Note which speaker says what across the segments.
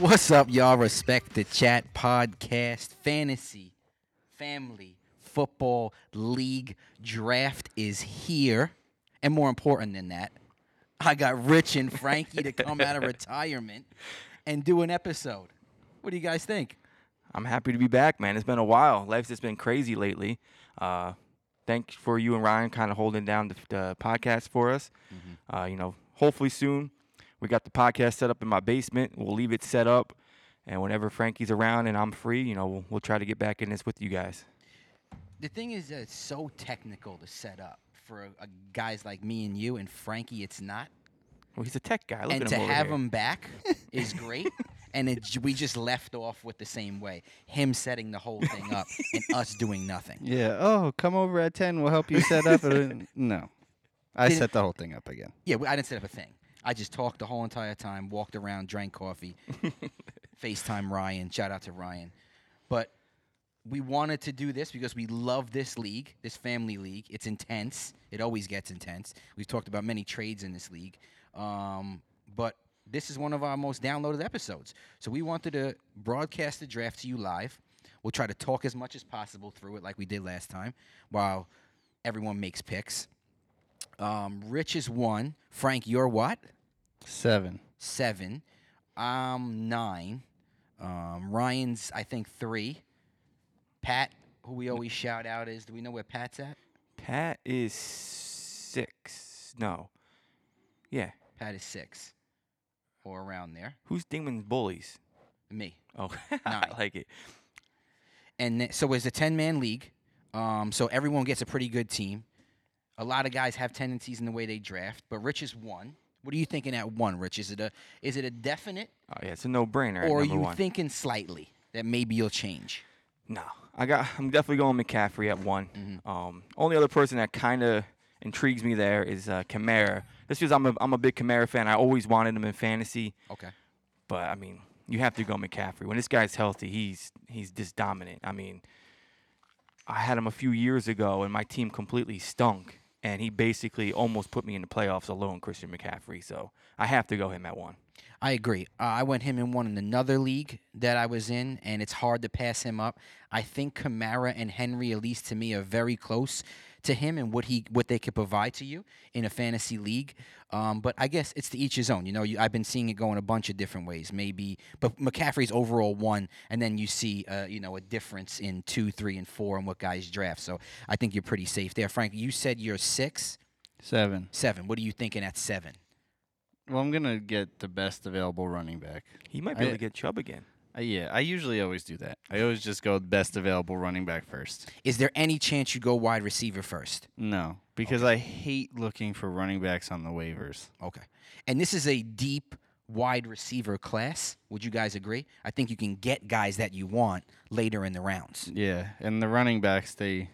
Speaker 1: What's up, y'all? Respect the Chat podcast, fantasy, family, football, league, draft is here. And more important than that, I got Rich and Frankie to come out of retirement and do an episode. What do you guys think?
Speaker 2: I'm happy to be back, man. It's been a while. Life's just been crazy lately. Uh, thanks for you and Ryan kind of holding down the, the podcast for us.
Speaker 1: Mm-hmm.
Speaker 2: Uh, you know, hopefully soon we got the podcast set up in my basement. We'll leave it set up, and whenever Frankie's around and I'm free, you know, we'll, we'll try to get back in this with you guys.
Speaker 1: The thing is, that it's so technical to set up for a, a guys like me and you, and Frankie, it's not.
Speaker 2: Well, he's a tech guy. Look
Speaker 1: and
Speaker 2: at
Speaker 1: to
Speaker 2: him over
Speaker 1: have
Speaker 2: there.
Speaker 1: him back is great. and it, j- we just left off with the same way him setting the whole thing up and us doing nothing.
Speaker 3: Yeah. Oh, come over at ten. We'll help you set up. And- no, I
Speaker 1: Did-
Speaker 3: set the whole thing up again.
Speaker 1: Yeah, we- I didn't set up a thing. I just talked the whole entire time, walked around, drank coffee, FaceTime Ryan. Shout out to Ryan. But we wanted to do this because we love this league, this family league. It's intense. It always gets intense. We've talked about many trades in this league. Um, but this is one of our most downloaded episodes. So we wanted to broadcast the draft to you live. We'll try to talk as much as possible through it like we did last time while everyone makes picks. Um, Rich is one. Frank, you're what?
Speaker 3: Seven.
Speaker 1: seven. I'm nine. Um, Ryan's, I think, three. Pat, who we always shout out, is do we know where Pat's at?
Speaker 2: Pat is six. No, yeah.
Speaker 1: Pat is six or around there.
Speaker 2: Who's Dingman's bullies?
Speaker 1: Me.
Speaker 2: Oh, I
Speaker 1: Nine.
Speaker 2: like it.
Speaker 1: And th- so it's a 10 man league. Um, so everyone gets a pretty good team. A lot of guys have tendencies in the way they draft, but Rich is one. What are you thinking at one, Rich? Is it a is it a definite,
Speaker 2: Oh yeah, it's a no-brainer. at
Speaker 1: or are
Speaker 2: number
Speaker 1: you
Speaker 2: one.
Speaker 1: thinking slightly that maybe you'll change?
Speaker 2: No, I got. I'm definitely going McCaffrey at one. Um, only other person that kind of intrigues me there is uh, Kamara. This because I'm a I'm a big Kamara fan. I always wanted him in fantasy,
Speaker 1: Okay.
Speaker 2: but I mean, you have to go McCaffrey. When this guy's healthy, he's he's just dominant. I mean, I had him a few years ago, and my team completely stunk, and he basically almost put me in the playoffs alone, Christian McCaffrey. So I have to go him at one.
Speaker 1: I agree. Uh, I went him in one in another league that I was in, and it's hard to pass him up. I think Kamara and Henry, at least to me, are very close to him and what he what they could provide to you in a fantasy league. Um, but I guess it's to each his own. You know, you, I've been seeing it going a bunch of different ways. Maybe, but McCaffrey's overall one, and then you see, uh, you know, a difference in two, three, and four, and what guys draft. So I think you're pretty safe there, Frank. You said you're six,
Speaker 3: Seven.
Speaker 1: seven. What are you thinking at seven?
Speaker 3: Well, I'm gonna get the best available running back.
Speaker 2: He might be able
Speaker 3: I-
Speaker 2: to get Chubb again.
Speaker 3: Uh, yeah, I usually always do that. I always just go with best available running back first.
Speaker 1: Is there any chance you go wide receiver first?
Speaker 3: No, because I hate looking for running backs on the waivers.
Speaker 1: Okay. And this is a deep wide receiver class. Would you guys agree? I think you can get guys that you want later in the rounds.
Speaker 3: Yeah, and the running backs they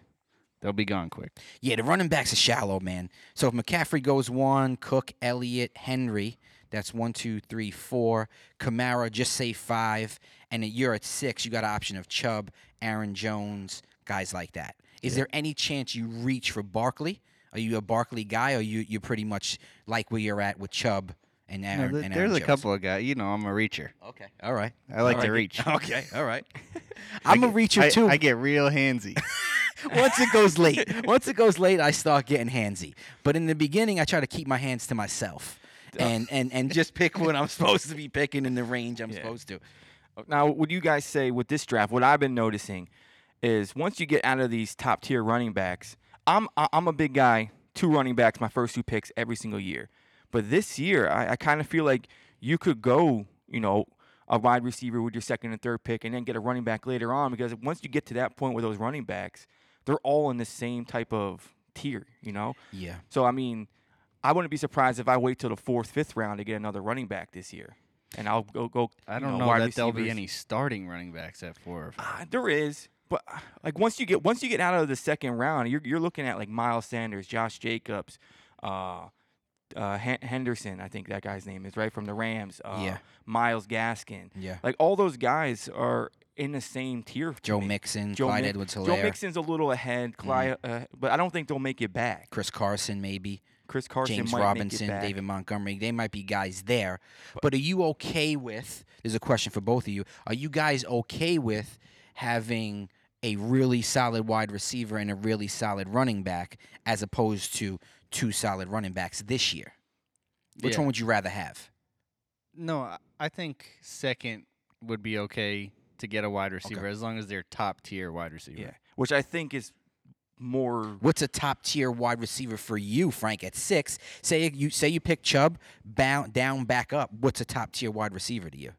Speaker 3: they'll be gone quick.
Speaker 1: Yeah, the running backs are shallow, man. So if McCaffrey goes one, Cook, Elliott, Henry, that's one, two, three, four. Kamara, just say five. And then you're at six. You got an option of Chubb, Aaron Jones, guys like that. Is there any chance you reach for Barkley? Are you a Barkley guy, or you you pretty much like where you're at with Chubb and
Speaker 3: No,
Speaker 1: Aaron?
Speaker 3: there-
Speaker 1: and Aaron
Speaker 3: there's a
Speaker 1: Jones?
Speaker 3: couple of guys. You know, I'm a reacher.
Speaker 1: Okay. All right.
Speaker 3: I like
Speaker 2: All
Speaker 3: to
Speaker 2: right.
Speaker 3: reach.
Speaker 1: Okay, all right. I'm a
Speaker 3: get-
Speaker 1: reacher
Speaker 3: I-
Speaker 1: too.
Speaker 3: I get real handsy.
Speaker 1: Once it goes late, once it goes late, I start getting handsy. But in the beginning, I try to keep my hands to myself and and and just pick what I'm supposed to be picking in the range I'm
Speaker 2: Yeah.
Speaker 1: supposed to.
Speaker 2: Now, would you guys say with this draft? What I've been noticing is once you get out of these top tier running backs, I'm I- I'm a big guy. Two running backs, my first two picks every single year. But this year, I, I kind of feel like you could go, you know, a wide receiver with your second and third pick, and then get a running back later on. Because once you get to that point with those running backs, they're all in the same type of tier, you know.
Speaker 1: Yeah.
Speaker 2: So I mean, I wouldn't be surprised if I wait till the fourth, fifth round to get another running back this year, and I'll go go.
Speaker 3: I
Speaker 2: you
Speaker 3: don't
Speaker 2: know,
Speaker 3: know,
Speaker 2: wide
Speaker 3: that there'll be
Speaker 2: receivers.
Speaker 3: any starting running backs at four or five.
Speaker 2: Uh, there is, but uh, like once you get once you get out of the second round, you're you're looking at like Miles Sanders, Josh Jacobs, uh, uh, Hen- Henderson. I think that guy's name is right from the Rams. Uh,
Speaker 1: Yeah.
Speaker 2: Miles Gaskin.
Speaker 1: Yeah.
Speaker 2: Like all those guys are in the same tier. to
Speaker 1: Joe
Speaker 2: me.
Speaker 1: Mixon, Clyde
Speaker 2: Mi-
Speaker 1: Edwards
Speaker 2: Joe
Speaker 1: Hilaire,
Speaker 2: Mixon's a little ahead, Clyde, uh, but I don't think they'll make it back.
Speaker 1: Chris Carson maybe.
Speaker 2: Chris Carson,
Speaker 1: James
Speaker 2: might
Speaker 1: Robinson,
Speaker 2: make it back.
Speaker 1: David Montgomery. They might be guys there. But are you okay with? There's a question for both of you. Are you guys okay with having a really solid wide receiver and a really solid running back as opposed to two solid running backs this year? Which
Speaker 3: Yeah.
Speaker 1: one would you rather have?
Speaker 3: No, I- I think second would be okay to get a wide receiver as long as they're top tier wide receiver.
Speaker 2: Yeah, which I think is more.
Speaker 1: What's a top tier wide receiver for you, Frank? At six, say you say you pick Chubb, bow, down, back up. What's a top tier wide receiver to you?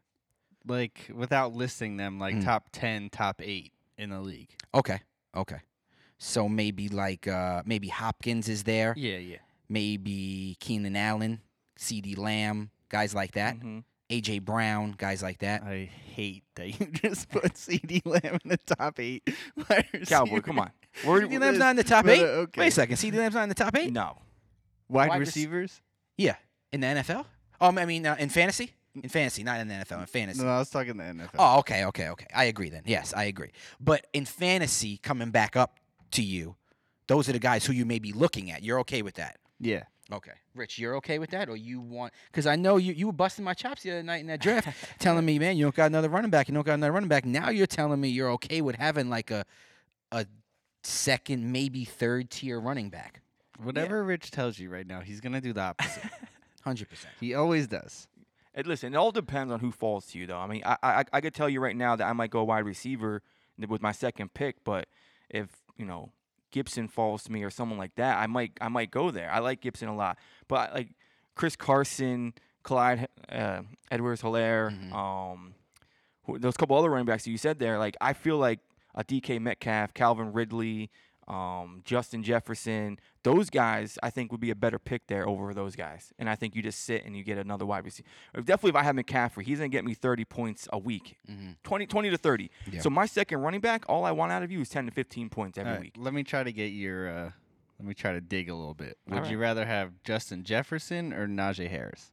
Speaker 3: Like without listing them, like
Speaker 1: Mm.
Speaker 3: top ten, top eight in the league.
Speaker 1: Okay, okay. So maybe like uh, maybe Hopkins is there.
Speaker 3: Yeah, yeah.
Speaker 1: maybe Keenan Allen, C.D. Lamb, guys like that.
Speaker 2: Mhm.
Speaker 1: A.J. Brown, guys like that.
Speaker 3: I hate that you just put CD Lamb in the top eight. wide
Speaker 2: Cowboy,
Speaker 3: receiver.
Speaker 2: come on. Where,
Speaker 1: C.D. Lamb's not in the top
Speaker 3: but,
Speaker 1: eight.
Speaker 3: uh, okay.
Speaker 1: Wait a second, C.D. Lamb's not in the top eight.
Speaker 2: no,
Speaker 1: Wide
Speaker 3: Wide,
Speaker 1: rec-
Speaker 3: receivers?
Speaker 1: Yeah, in the NFL. Um, I mean, uh, in fantasy. In fantasy, not in the NFL. In fantasy.
Speaker 3: No, I was talking the NFL.
Speaker 1: Oh, okay, okay, okay. I agree then. Yes, I agree. But in fantasy, coming back up to you, those are the guys who you may be looking at. You're okay with that.
Speaker 3: Yeah.
Speaker 1: Okay, Rich, you're okay with that, or you want? Because I know you you were busting my chops the other night in that draft, telling me, man, you don't got another running back, you don't got another running back. Now you're telling me you're okay with having like a a second, maybe third tier running back.
Speaker 3: Whatever Rich tells you right now, he's gonna do the opposite.
Speaker 1: Hundred percent.
Speaker 3: he always does.
Speaker 2: It, listen, it all depends on who falls to you, though. I mean, I, I I could tell you right now that I might go wide receiver th- with my second pick, but if you know Gibson falls to me or someone like that, I might I might go there. I like Gibson a lot, but like Chris Carson, Clyde uh, Edwards Hilaire,
Speaker 3: Mm-hmm.
Speaker 2: um, who, those couple other running backs that you said there, like I feel like a DK Metcalf, Calvin Ridley, um, Justin Jefferson, those guys I think would be a better pick there over those guys. And I think you just sit and you get another wide receiver. If- Definitely if I have McCaffrey, he's gonna get me 30 points a week,
Speaker 3: Mm-hmm.
Speaker 2: twenty, twenty 20, to 30.
Speaker 1: Yeah.
Speaker 2: So my second running back, all I want out of you is 10 to 15 points every
Speaker 3: All right,
Speaker 2: week.
Speaker 3: Let me try to get your. Uh, let me try to dig a little bit. Would
Speaker 2: All
Speaker 3: you rather have Justin Jefferson or Najee Harris?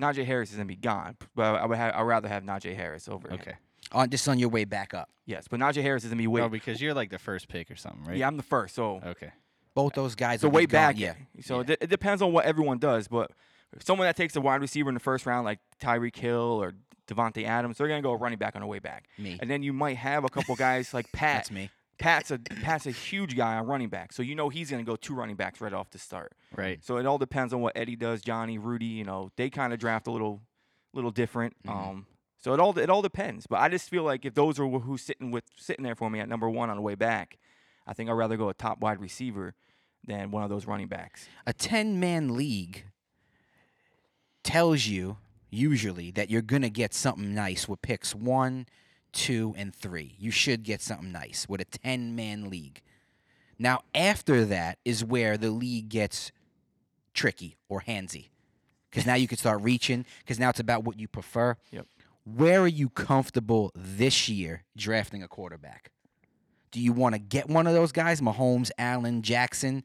Speaker 2: Najee Harris is gonna be gone, but I would have, I'd rather have Najee Harris over. him.
Speaker 3: Okay.
Speaker 1: On just on your way back up,
Speaker 2: Yes, but Najee Harris is gonna be way.
Speaker 3: No, because you're like the first pick or something, right?
Speaker 2: yeah, I'm the first, so
Speaker 3: Okay.
Speaker 1: both those guys.
Speaker 2: So
Speaker 1: will Uh, be
Speaker 2: way
Speaker 1: gone-
Speaker 2: back,
Speaker 1: yeah.
Speaker 2: yeah. So It, it depends on what everyone does, but if someone that takes a wide receiver in the first round, like Tyreek Hill or Devontae Adams, they're gonna go running back on the way back.
Speaker 1: Me.
Speaker 2: And then you might have a couple guys like Pat.
Speaker 1: That's me.
Speaker 2: Pat's a Pat's a huge guy on running back, so you know he's gonna go two running backs right off the start.
Speaker 3: Right.
Speaker 2: So it all depends on what Eddie does, Johnny, Rudy. You know, they kind of draft a little, little different. Um, so it all it all depends. But I just feel like if those are wh- who's sitting with sitting there for me at number one on the way back, I think I'd rather go a top wide receiver than one of those running backs.
Speaker 1: a 10 man league tells you usually that you're going to get something nice with picks one, two, and three. You should get something nice with a 10 man league. Now, after that is where the league gets tricky or handsy because now you can start reaching because now it's about what you prefer.
Speaker 2: Yep.
Speaker 1: Where are you comfortable this year drafting a quarterback? Do you want to get one of those guys, Mahomes, Allen, Jackson,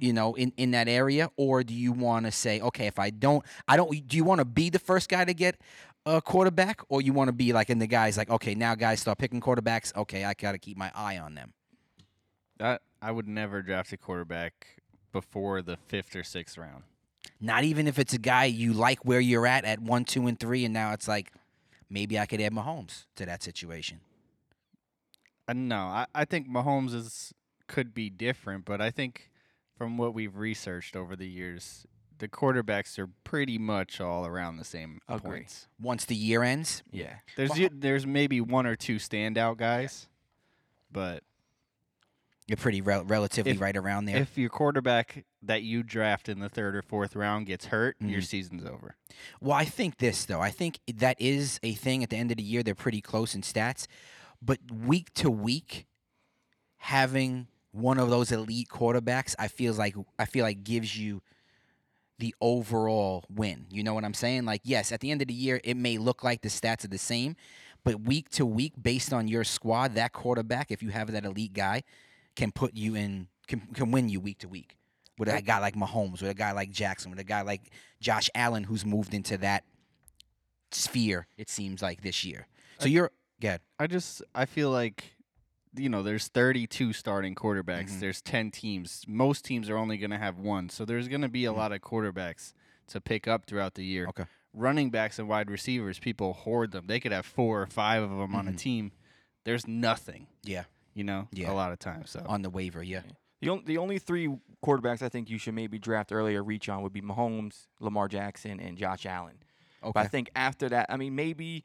Speaker 1: you know, in, in that area? Or do you want to say, okay, if I don't, I don't, do you want to be the first guy to get a quarterback or you want to be like, and the guy's like, okay, now guys start picking quarterbacks. Okay, I got to keep my eye on them.
Speaker 3: I I would never draft a quarterback before the fifth or sixth round.
Speaker 1: Not even if it's a guy you like where you're at at one, two, and three, and now it's like, maybe I could add Mahomes to that situation.
Speaker 3: Uh, no, I, I think Mahomes is could be different, but I think from what we've researched over the years, the quarterbacks are pretty much all around the same
Speaker 2: Agree.
Speaker 3: points.
Speaker 1: Once the year ends,
Speaker 2: Yeah.
Speaker 3: There's
Speaker 1: Well,
Speaker 3: u- there's maybe one or two standout guys, but
Speaker 1: you're pretty rel- relatively
Speaker 3: If-
Speaker 1: right around there.
Speaker 3: if your quarterback that you draft in the third or fourth round gets hurt, your
Speaker 1: Mhm.
Speaker 3: season's over.
Speaker 1: Well, I think this though. I think that is a thing. At the end of the year, they're pretty close in stats, but week to week, having one of those elite quarterbacks, I feels like I feel like gives you the overall win. You know what I'm saying? Like, yes, at the end of the year, it may look like the stats are the same, but week to week, based on your squad, that quarterback, if you have that elite guy, can put you in can can win you week to week. With a guy like Mahomes, with a guy like Jackson, with a guy like Josh Allen, who's moved into that sphere, it seems like this year. So you're, yeah,
Speaker 3: I just I feel like you know, there's 32 starting quarterbacks.
Speaker 1: Mhm.
Speaker 3: There's 10 teams. Most teams are only going to have one. So there's going to be a lot of quarterbacks to pick up throughout the year.
Speaker 1: Okay.
Speaker 3: Running backs and wide receivers, people hoard them. They could have four or five of them on a
Speaker 1: Mhm.
Speaker 3: team. There's nothing,
Speaker 1: Yeah,
Speaker 3: you know,
Speaker 1: Yeah.
Speaker 3: a lot of times. So
Speaker 1: on the waiver. Yeah,
Speaker 2: The, on, the only three quarterbacks I think you should maybe draft early or reach on would be Mahomes, Lamar Jackson, and Josh Allen. But I
Speaker 1: okay.
Speaker 2: think after that, I mean, maybe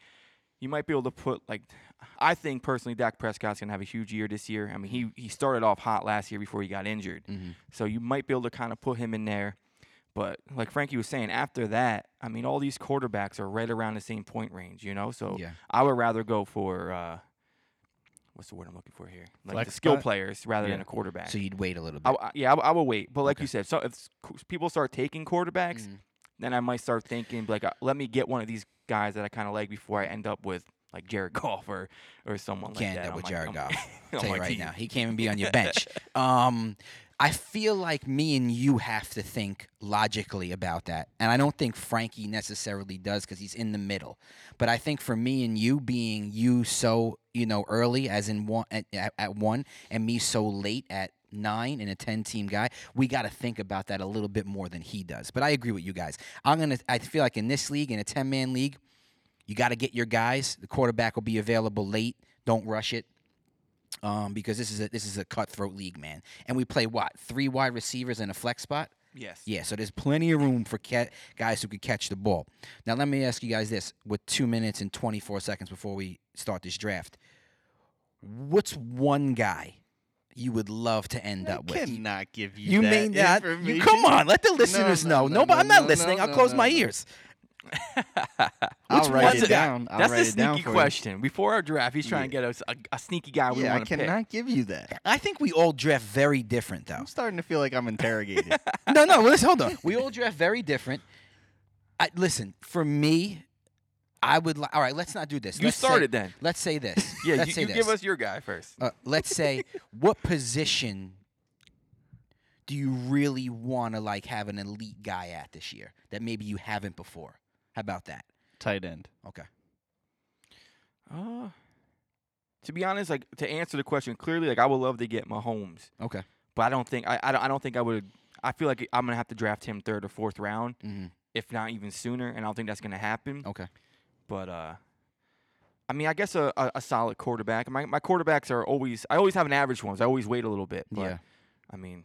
Speaker 2: you might be able to put like, I think personally, Dak Prescott's gonna have a huge year this year. I mean, he he started off hot last year before he got injured,
Speaker 1: hmm
Speaker 2: so you might be able to kind of put him in there. But like Frankie was saying, after that, I mean, all these quarterbacks are right around the same point range, you know. So
Speaker 1: Yeah.
Speaker 2: I would rather go for uh, what's the word I'm looking for here, like the
Speaker 3: Flex
Speaker 2: skill
Speaker 3: spot?
Speaker 2: players rather than
Speaker 3: Yeah.
Speaker 2: a quarterback.
Speaker 1: So you'd wait a little
Speaker 2: I,
Speaker 1: bit.
Speaker 2: I- yeah, I, w- I will wait. But like you
Speaker 1: Okay.
Speaker 2: said, so if s- qu- people start taking quarterbacks,
Speaker 1: Mhm.
Speaker 2: then I might start thinking like, uh, let me get one of these guys that I kind of like before I end up with like Jared Goff or, or someone
Speaker 1: Can't
Speaker 2: like that.
Speaker 1: end up
Speaker 2: on
Speaker 1: with
Speaker 2: my-
Speaker 1: Jared
Speaker 2: on-
Speaker 1: Goff.
Speaker 2: on
Speaker 1: tell
Speaker 2: my
Speaker 1: you right
Speaker 2: team.
Speaker 1: now, he can't even be on your bench. Um, I feel like me and you have to think logically about that, and I don't think Frankie necessarily does because he's in the middle. But I think for me and you being you so you know early, as in one at, at, at one, and me so late at nine and a ten team guy, we got to think about that a little bit more than he does. But I agree with you guys. I'm gonna. I feel like in this league, in a ten man league. You got to get your guys. The quarterback will be available late. Don't rush it um, because this is a this is a cutthroat league, man. And we play what three wide receivers and a flex spot.
Speaker 2: Yes.
Speaker 1: Yeah, so there's plenty of room for ca- guys who could catch the ball. Now let me ask you guys this: with two minutes and 24 seconds before we start this draft, what's one guy you would love to end
Speaker 3: I
Speaker 1: up with?
Speaker 3: cannot give you
Speaker 1: You
Speaker 3: that
Speaker 1: may not. You,
Speaker 3: information.
Speaker 1: come on, let the listeners know.
Speaker 3: no, no,
Speaker 1: Nobody,
Speaker 3: no,
Speaker 1: I'm not
Speaker 3: no,
Speaker 1: listening.
Speaker 3: no,
Speaker 1: I'll
Speaker 3: no,
Speaker 1: close
Speaker 3: no,
Speaker 1: my
Speaker 3: no.
Speaker 1: ears.
Speaker 3: I'll
Speaker 1: Which
Speaker 3: write
Speaker 1: one's
Speaker 3: it
Speaker 1: a-
Speaker 3: down. I'll
Speaker 2: That's
Speaker 3: write
Speaker 2: the
Speaker 3: it down
Speaker 2: sneaky
Speaker 3: for you.
Speaker 2: question. Before our draft, he's trying to get us a, a sneaky guy we
Speaker 3: Yeah, I
Speaker 2: want to pick.
Speaker 3: cannot give you that.
Speaker 1: I think we all draft very different, though.
Speaker 3: I'm starting to feel like I'm interrogated.
Speaker 1: no, no. Let's hold on. We all draft very different. I, listen, for me, I would. Li- all right, let's not do this.
Speaker 2: You
Speaker 1: Let's say-
Speaker 2: started then.
Speaker 1: Let's say this.
Speaker 2: Yeah,
Speaker 1: let's
Speaker 2: you,
Speaker 1: say
Speaker 2: you
Speaker 1: this.
Speaker 2: give us your guy first.
Speaker 1: Uh, let's say what position do you really want to like have an elite guy at this year that maybe you haven't before? How about that?
Speaker 3: Tight end.
Speaker 1: Okay.
Speaker 2: Uh, to be honest, like to answer the question clearly, like I would love to get Mahomes,
Speaker 1: Okay.
Speaker 2: but I don't think I I don't, I don't think I would. I feel like I'm gonna have to draft him third or fourth round,
Speaker 1: hmm
Speaker 2: if not even sooner, and I don't think that's gonna happen.
Speaker 1: Okay.
Speaker 2: But uh, I mean, I guess a, a, a solid quarterback. My my quarterbacks are always. I always have an average ones. I always wait a little bit. But,
Speaker 1: Yeah.
Speaker 2: I mean,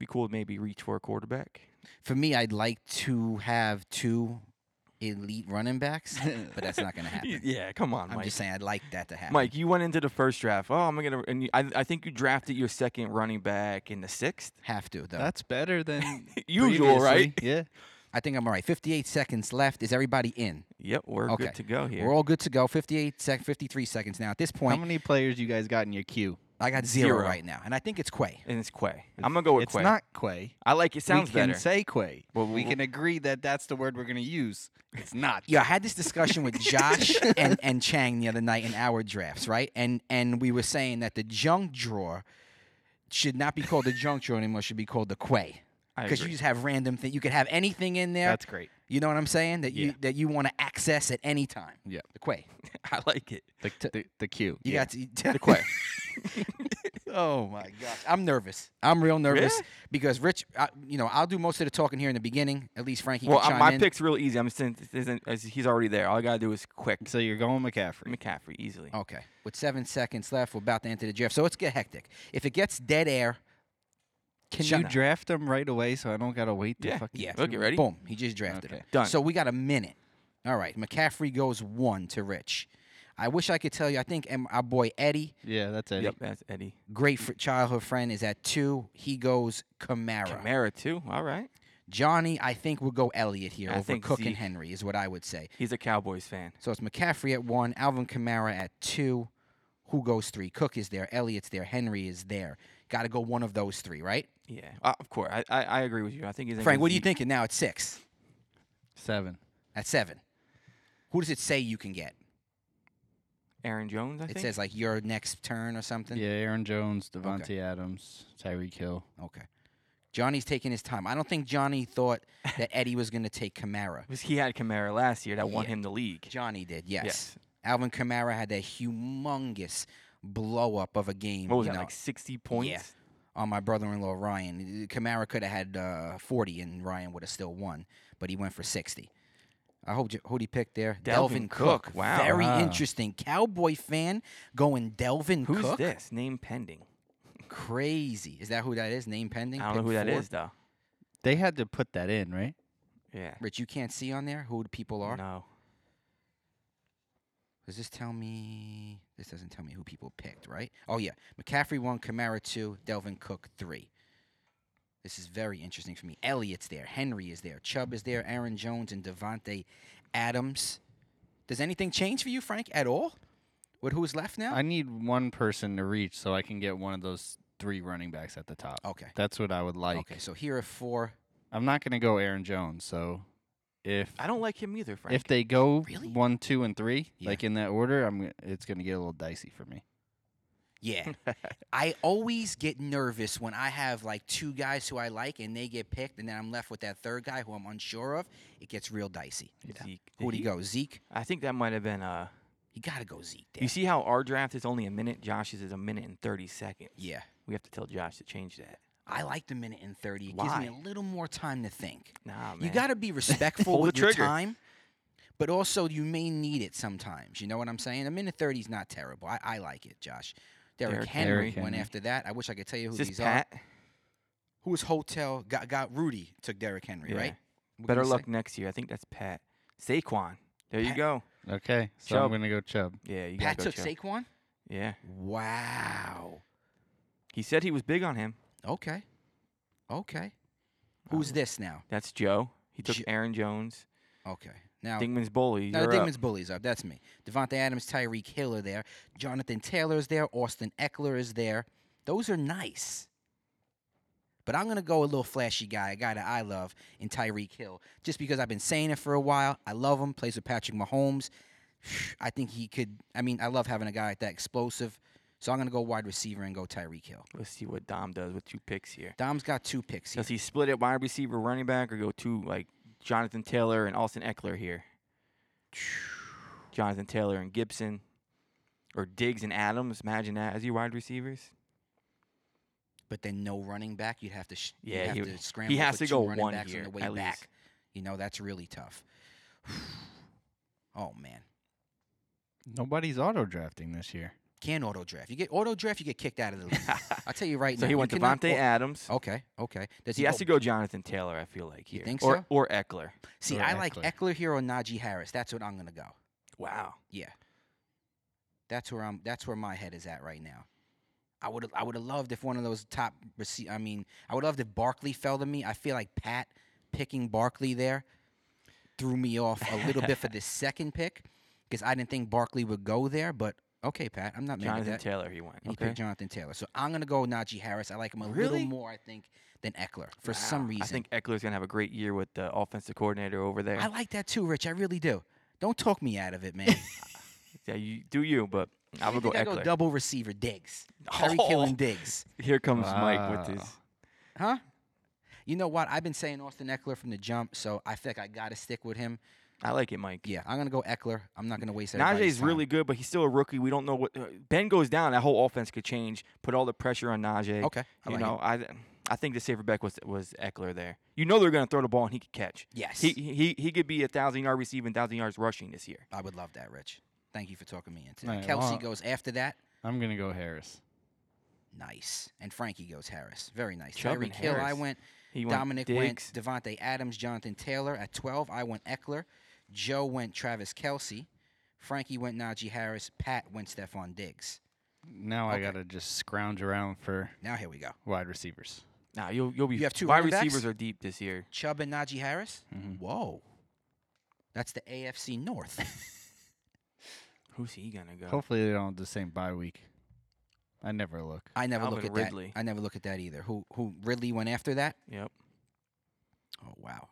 Speaker 2: be cool to maybe reach for a quarterback.
Speaker 1: For me, I'd like to have two elite running backs, but that's not going to happen.
Speaker 2: yeah, come on,
Speaker 1: I'm
Speaker 2: Mike.
Speaker 1: just saying I'd like that to happen.
Speaker 2: Mike, you went into the first draft. Oh, I'm gonna. And you, I I think you drafted your second running back in the sixth.
Speaker 1: have to though.
Speaker 3: That's better than
Speaker 2: Usual, right?
Speaker 3: previously. Yeah.
Speaker 1: I think I'm all right. 58 seconds left. Is everybody in?
Speaker 2: Yep, we're
Speaker 1: Okay.
Speaker 2: good to go here.
Speaker 1: We're all good to go. 58 sec, 53 seconds now. At this
Speaker 3: How
Speaker 1: point,
Speaker 3: many players you guys got in your queue?
Speaker 1: I got zero,
Speaker 2: Zero.
Speaker 1: right now, and I think it's Quay.
Speaker 2: and it's Quay. I'm gonna go with
Speaker 3: it's
Speaker 2: Quay.
Speaker 3: not Quay.
Speaker 2: I like it. Sounds
Speaker 3: we can
Speaker 2: better.
Speaker 3: say Quay.
Speaker 2: Well,
Speaker 3: we
Speaker 2: well,
Speaker 3: can agree that that's the word we're going to use. It's not.
Speaker 1: Yeah, I had this discussion with Josh and, and Chang the other night in our drafts, right? And and we were saying that the junk drawer should not be called the junk drawer anymore; should be called the Quay.
Speaker 2: I
Speaker 1: Because you
Speaker 2: agree.
Speaker 1: just have random things. You could have anything in there.
Speaker 3: That's great.
Speaker 1: you know what I'm saying? That
Speaker 3: Yeah.
Speaker 1: you that you want to access at any time.
Speaker 3: Yeah.
Speaker 1: The Quay.
Speaker 2: I like it.
Speaker 3: The, the, the queue.
Speaker 1: You
Speaker 3: yeah.
Speaker 1: got to,
Speaker 2: The Quay.
Speaker 1: Oh my gosh, I'm nervous. I'm real nervous
Speaker 2: Really?
Speaker 1: because Rich, I, you know, I'll do most of the talking here in the beginning. At least Frankie
Speaker 2: well,
Speaker 1: can
Speaker 2: uh,
Speaker 1: chime
Speaker 2: my
Speaker 1: in.
Speaker 2: pick's real easy. I'm since isn't as he's already there. All I gotta do is quick.
Speaker 3: So you're going McCaffrey.
Speaker 2: McCaffrey easily.
Speaker 1: Okay, with seven seconds left, we're about to enter the draft, so it's get hectic. If it gets dead air,
Speaker 3: Can
Speaker 2: Shut
Speaker 3: you
Speaker 2: up.
Speaker 3: draft him right away so I don't gotta wait to
Speaker 2: Yeah,
Speaker 3: fucking
Speaker 1: yeah,
Speaker 2: Okay, ready?
Speaker 1: boom, he just drafted
Speaker 3: Okay.
Speaker 1: him.
Speaker 2: Done.
Speaker 1: So we got a minute. All right, McCaffrey goes one to Rich. I wish I could tell you. I think um, our boy Eddie,
Speaker 3: Yeah, that's it.
Speaker 2: Yep, that's Eddie.
Speaker 1: great fr- childhood friend, is at two. He goes Kamara.
Speaker 2: Camara too. All right.
Speaker 1: Johnny, I think will go Elliott here
Speaker 2: I
Speaker 1: over
Speaker 2: think
Speaker 1: Cook and
Speaker 2: Zeke.
Speaker 1: Henry is what I would say.
Speaker 2: He's a Cowboys fan.
Speaker 1: So it's McCaffrey at one, Alvin Kamara at two. Who goes three? Cook is there. Elliott's there. Henry is there. Got to go one of those three, right?
Speaker 2: Yeah, uh, of course. I, I I agree with you. I think he's
Speaker 1: Frank, what are you
Speaker 2: think?
Speaker 1: thinking now at six?
Speaker 3: Seven.
Speaker 1: At seven? Who does it say you can get?
Speaker 2: Aaron Jones. I
Speaker 1: it
Speaker 2: think
Speaker 1: says like your next turn or something?
Speaker 3: Yeah, Aaron Jones, Devontae Adams, Tyreek Hill.
Speaker 1: Okay. Johnny's taking his time. I don't think Johnny thought that Eddie was going to take Kamara.
Speaker 2: Was- he had Camara last year that won
Speaker 1: Yeah.
Speaker 2: him the league.
Speaker 1: Johnny did, yes. Alvin Kamara had that humongous blow up of a game.
Speaker 2: What was
Speaker 1: you
Speaker 2: that,
Speaker 1: know,
Speaker 2: like 60 points?
Speaker 1: Yeah. on my brother-in-law Ryan. Kamara could have had uh, 40 and Ryan would have still won, but he went for 60. I hope who he picked there.
Speaker 2: Delvin Cook. Wow.
Speaker 1: Very
Speaker 3: Wow.
Speaker 1: interesting. Cowboy fan going Delvin
Speaker 2: Who's
Speaker 1: Cook.
Speaker 2: this? Name pending.
Speaker 1: Crazy. Is that who that is? Name pending.
Speaker 2: I don't know
Speaker 1: Pick
Speaker 2: who that
Speaker 1: four?
Speaker 2: is, though.
Speaker 3: They had to put that in, right?
Speaker 2: Yeah.
Speaker 1: Rich, you can't see on there who the people are.
Speaker 2: No.
Speaker 1: Does this tell me? This doesn't tell me who people picked, right? Oh yeah, McCaffrey one, Kamara two, Delvin Cook three. This is very interesting for me. Elliott's there, Henry is there, Chubb is there, Aaron Jones and Devontae Adams. Does anything change for you, Frank, at all? With who's left now?
Speaker 3: I need one person to reach so I can get one of those three running backs at the top.
Speaker 1: okay.
Speaker 3: That's what I would like.
Speaker 1: Okay. So here are four.
Speaker 3: I'm not going to go Aaron Jones. So if
Speaker 2: I don't like him either, Frank.
Speaker 3: if they go
Speaker 1: Really?
Speaker 3: one, two, and three,
Speaker 1: Yeah.
Speaker 3: like in that order, I'm it's going to get a little dicey for me.
Speaker 1: Yeah. I always get nervous when I have like two guys who I like and they get picked, and then I'm left with that third guy who I'm unsure of. It gets real dicey.
Speaker 2: Zeke.
Speaker 1: Who do
Speaker 2: Did
Speaker 1: you
Speaker 2: he-
Speaker 1: go? Zeke.
Speaker 2: I think that might have been. Uh,
Speaker 1: You gotta go Zeke. There.
Speaker 2: You see how our draft is only a minute? Josh's is a minute and 30 seconds.
Speaker 1: Yeah.
Speaker 2: We have to tell Josh to change that.
Speaker 1: I like the minute and 30. It gives me
Speaker 2: Why?
Speaker 1: a little more time to think.
Speaker 2: Nah, man.
Speaker 1: You got to be respectful
Speaker 2: Pull the
Speaker 1: with your
Speaker 2: trigger.
Speaker 1: time, but also you may need it sometimes. You know what I'm saying? A minute 30 is not terrible. I, I like it, Josh. Derrick
Speaker 2: Derrick
Speaker 1: Henry
Speaker 3: Derrick
Speaker 1: went
Speaker 3: Henry.
Speaker 1: after that. I wish I could tell you who
Speaker 2: Is this
Speaker 1: these
Speaker 2: Pat?
Speaker 1: are. Who was Hotel? Got, got Rudy, took Derrick Henry,
Speaker 2: Yeah.
Speaker 1: right? What can
Speaker 2: Better
Speaker 1: you say?
Speaker 2: luck next year. I think that's Pat. Saquon. There you
Speaker 1: Pat-
Speaker 2: go.
Speaker 3: Okay, so
Speaker 2: Chubb.
Speaker 3: I'm going to go Chubb.
Speaker 2: Yeah, you
Speaker 1: Pat
Speaker 2: gotta go
Speaker 1: took
Speaker 2: Chubb.
Speaker 1: Saquon?
Speaker 2: Yeah.
Speaker 1: Wow.
Speaker 2: He said he was big on him.
Speaker 1: Okay. Okay. Who's this now?
Speaker 2: That's Joe. He took
Speaker 1: Jo-
Speaker 2: Aaron Jones.
Speaker 1: Okay. Now,
Speaker 2: Dingman's bully.
Speaker 1: Now,
Speaker 2: you're
Speaker 1: the
Speaker 2: up.
Speaker 1: Digman's bullies up. That's me. Devontae Adams, Tyreek Hill are there. Jonathan Taylor is there. Austin Eckler is there. Those are nice. But I'm going to go a little flashy guy, a guy that I love in Tyreek Hill, just because I've been saying it for a while. I love him. Plays with Patrick Mahomes. I think he could. I mean, I love having a guy like that explosive. So I'm going to go wide receiver and go Tyreek Hill.
Speaker 2: Let's see what Dom does with two picks here.
Speaker 1: Dom's got two picks here.
Speaker 2: Does he split it wide receiver, running back, or go two like Jonathan Taylor and Austin Eckler here? Jonathan Taylor and Gibson, or Diggs and Adams. Imagine that as your wide receivers.
Speaker 1: But then no running back. You'd have to. Sh- you'd
Speaker 2: Yeah,
Speaker 1: have
Speaker 2: he-
Speaker 1: to scramble.
Speaker 2: has
Speaker 1: for
Speaker 2: to
Speaker 1: two
Speaker 2: go
Speaker 1: running
Speaker 2: one
Speaker 1: backs
Speaker 2: here,
Speaker 1: on the way
Speaker 2: at least.
Speaker 1: back. You know that's really tough. oh man,
Speaker 3: Nobody's auto drafting this year.
Speaker 1: can auto draft? You get auto draft, you get kicked out of the league. I tell you right
Speaker 2: so
Speaker 1: now.
Speaker 2: he
Speaker 1: you
Speaker 2: went
Speaker 1: cannot
Speaker 2: Devontae
Speaker 1: au-
Speaker 2: Adams.
Speaker 1: Okay, okay. Does
Speaker 2: he
Speaker 1: he
Speaker 2: has to go Jonathan Taylor. I feel like
Speaker 1: You
Speaker 2: here,
Speaker 1: think
Speaker 2: or
Speaker 1: so?
Speaker 2: or Eckler.
Speaker 1: See,
Speaker 3: Or
Speaker 1: I like
Speaker 3: Eckler.
Speaker 1: Eckler here or Najee Harris. That's what I'm gonna go.
Speaker 2: Wow.
Speaker 1: Yeah, that's where I'm. That's where my head is at right now. I would. I would have loved if one of those top. Rece- I mean, I would have loved if Barkley fell to me. I feel like Pat picking Barkley there threw me off a little bit for the second pick because I didn't think Barkley would go there. But okay, Pat, I'm not mad at
Speaker 2: Jonathan
Speaker 1: that.
Speaker 2: Taylor. He went.
Speaker 1: And He
Speaker 2: Okay.
Speaker 1: picked Jonathan Taylor. So I'm gonna go Najee Harris. I like him a
Speaker 2: Really?
Speaker 1: little more, I think, than Eckler for some
Speaker 2: Wow.
Speaker 1: reason.
Speaker 2: I think Eckler's gonna have a great year with the offensive coordinator over there.
Speaker 1: I like that too, Rich. I really do. Don't talk me out of it, man.
Speaker 2: yeah, you do you, but I
Speaker 1: You
Speaker 2: would go
Speaker 1: think I
Speaker 2: Eckler.
Speaker 1: double receiver Diggs. Terry killing
Speaker 2: Oh.
Speaker 1: Diggs.
Speaker 2: Here comes Mike with
Speaker 3: Wow.
Speaker 2: his.
Speaker 1: Huh? You know what? I've been saying Austin Eckler from the jump, so I feel like I gotta stick with him.
Speaker 2: I like it, Mike.
Speaker 1: Yeah, I'm gonna go Eckler. I'm not gonna waste everybody's
Speaker 2: Najee's
Speaker 1: time.
Speaker 2: really good, but he's still a rookie. We don't know what uh, Ben goes down. That whole offense could change. Put all the pressure on Najee.
Speaker 1: okay. I like
Speaker 2: you
Speaker 1: it.
Speaker 2: know, I I think the safer bet was was Eckler there. You know they're gonna throw the ball and he could catch.
Speaker 1: Yes.
Speaker 2: He he he could be a thousand yard receiving, thousand yards rushing this year.
Speaker 1: I would love that, Rich. Thank you for talking me into
Speaker 3: All
Speaker 1: that.
Speaker 3: right,
Speaker 1: Kelsey
Speaker 3: well-
Speaker 1: goes after that.
Speaker 3: I'm going to go Harris.
Speaker 1: Nice. And Frankie goes Harris. Very nice.
Speaker 2: Chubb
Speaker 1: Tyreek
Speaker 2: and
Speaker 1: Hill, I
Speaker 2: Harris.
Speaker 1: went.
Speaker 2: He went
Speaker 1: Dominic
Speaker 2: Diggs.
Speaker 1: went Devontae Adams, Jonathan Taylor at 12. I went Eckler. Joe went Travis Kelsey. Frankie went Najee Harris. Pat went Stephon Diggs.
Speaker 3: Now
Speaker 1: Okay.
Speaker 3: I got to just scrounge around for
Speaker 1: Now here we go.
Speaker 3: wide receivers.
Speaker 2: Nah, you'll you'll be.
Speaker 1: You have two
Speaker 2: wide
Speaker 1: running backs?
Speaker 2: receivers are deep this year.
Speaker 1: Chubb and Najee Harris.
Speaker 3: Mhm.
Speaker 1: Whoa. That's the AFC North.
Speaker 2: Who's he gonna go?
Speaker 3: Hopefully they don't have the same bye week. I never look.
Speaker 1: I never look
Speaker 2: Calvin
Speaker 1: at
Speaker 2: Ridley.
Speaker 1: that. I never look at that either. Who who Ridley went after that?
Speaker 2: Yep.
Speaker 1: Oh wow.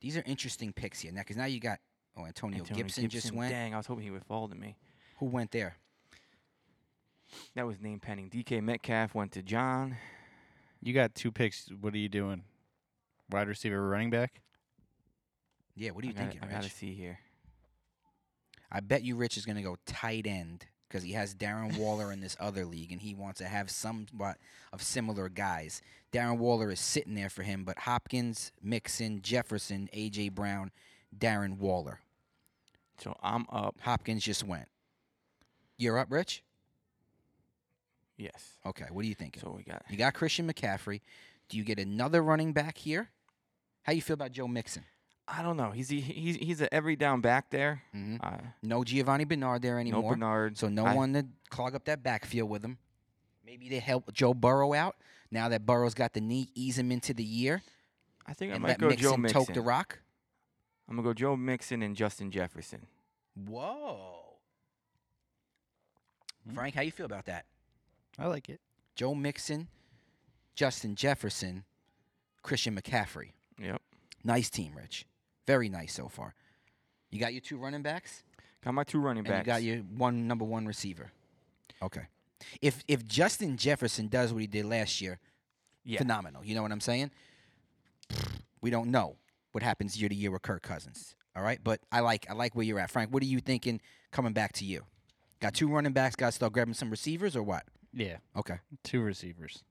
Speaker 1: These are interesting picks here now because now you got oh Antonio,
Speaker 2: Antonio
Speaker 1: Gibson, just went.
Speaker 2: Dang, I was hoping he would fall to me.
Speaker 1: Who went there?
Speaker 2: That was name pending. DK Metcalf went to John.
Speaker 3: You got two picks. What are you doing? Wide receiver, running back?
Speaker 1: Yeah, what are you
Speaker 2: I gotta,
Speaker 1: thinking,
Speaker 2: I
Speaker 1: Rich?
Speaker 2: gotta see here.
Speaker 1: I bet you Rich is going to go tight end because he has Darren Waller in this other league, and he wants to have somewhat of similar guys. Darren Waller is sitting there for him, but Hopkins, Mixon, Jefferson, A.J. Brown, Darren Waller.
Speaker 2: So I'm up.
Speaker 1: Hopkins just went. You're up, Rich?
Speaker 2: Yes.
Speaker 1: Okay, what are you thinking?
Speaker 2: So we got
Speaker 1: You got Christian McCaffrey. Do you get another running back here? How you feel about Joe Mixon?
Speaker 2: I don't know. He's he, he's he's an every down back there.
Speaker 1: Mhm.
Speaker 2: Uh,
Speaker 1: No Giovanni Bernard there
Speaker 2: no
Speaker 1: anymore.
Speaker 2: Bernard.
Speaker 1: So no
Speaker 2: I-
Speaker 1: one to clog up that backfield with him. Maybe they help Joe Burrow out. Now that Burrow's got the knee, ease him into the year
Speaker 2: I think I
Speaker 1: and
Speaker 2: might
Speaker 1: let
Speaker 2: go
Speaker 1: Mixon,
Speaker 2: Joe Mixon.
Speaker 1: tote the rock.
Speaker 2: I'm gonna go Joe Mixon and Justin Jefferson.
Speaker 1: Whoa.
Speaker 3: Hmm.
Speaker 1: Frank, how you feel about that?
Speaker 3: I like it.
Speaker 1: Joe Mixon, Justin Jefferson, Christian McCaffrey.
Speaker 2: Yep.
Speaker 1: Nice team, Rich. Very nice so far. You got your two running backs,
Speaker 2: Got my two running
Speaker 1: and
Speaker 2: backs.
Speaker 1: you got your one number one receiver. Okay. If if Justin Jefferson does what he did last year,
Speaker 2: yeah.
Speaker 1: phenomenal. You know what I'm saying? We don't know what happens year to year with Kirk Cousins. All right, but I like I like where you're at, Frank. What are you thinking coming back to you? Got two running backs. Got to start grabbing some receivers or what?
Speaker 3: Yeah,
Speaker 1: Okay.
Speaker 3: two receivers.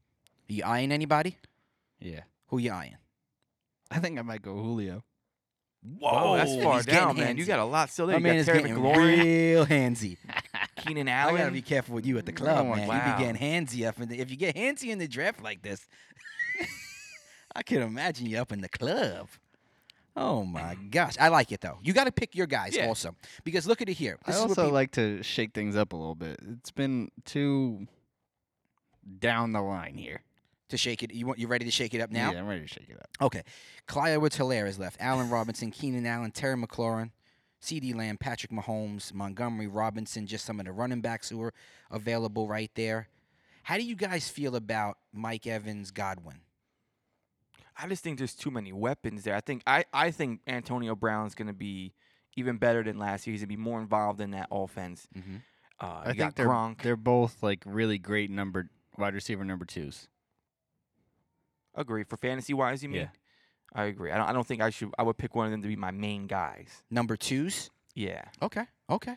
Speaker 1: you eyeing anybody?
Speaker 3: Yeah,
Speaker 1: Who you eyeing?
Speaker 3: I think I might go Julio.
Speaker 2: Whoa, that's
Speaker 1: He's
Speaker 2: far
Speaker 1: getting
Speaker 2: down, man. You
Speaker 1: handsy.
Speaker 2: got a lot still
Speaker 1: My
Speaker 2: there. You got
Speaker 1: man is
Speaker 2: Terry
Speaker 1: getting
Speaker 2: McLaurin,
Speaker 1: real handsy.
Speaker 2: Keenan
Speaker 1: I gotta
Speaker 2: Allen.
Speaker 1: be careful with you at the club,
Speaker 3: Oh,
Speaker 1: man.
Speaker 2: Mm, wow.
Speaker 1: You be getting handsy up in the, if you get handsy in the draft like this. I can imagine you up in the club. Oh my gosh, I like it though. You got to pick your guys
Speaker 2: Yeah.
Speaker 1: also because look at it here. This
Speaker 3: I
Speaker 1: is what
Speaker 3: also
Speaker 1: peop-
Speaker 3: like to shake things up a little bit. It's been too down the line here.
Speaker 1: to shake it. You want you ready to shake it up now?
Speaker 3: yeah, I'm ready to shake it up.
Speaker 1: Okay. Clyde Edwards Hilaire is left. Allen Robinson, Keenan Allen, Terry McLaurin, CD Lamb, Patrick Mahomes, Montgomery Robinson, just some of the running backs who are available right there. How do you guys feel about Mike Evans Godwin?
Speaker 2: I just think there's too many weapons there. I think I, I think Antonio Brown's gonna be even better than last year. He's gonna be more involved in that offense.
Speaker 1: Mm-hmm.
Speaker 2: Uh,
Speaker 3: I
Speaker 2: you
Speaker 3: think
Speaker 2: got
Speaker 3: they're
Speaker 2: Gronk.
Speaker 3: they're both like really great number wide receiver number twos.
Speaker 2: Agree for fantasy wise, you mean?
Speaker 3: Yeah.
Speaker 2: I agree. I don't. I don't think I should. I would pick one of them to be my main guys.
Speaker 1: Number twos.
Speaker 2: Yeah.
Speaker 1: Okay. Okay.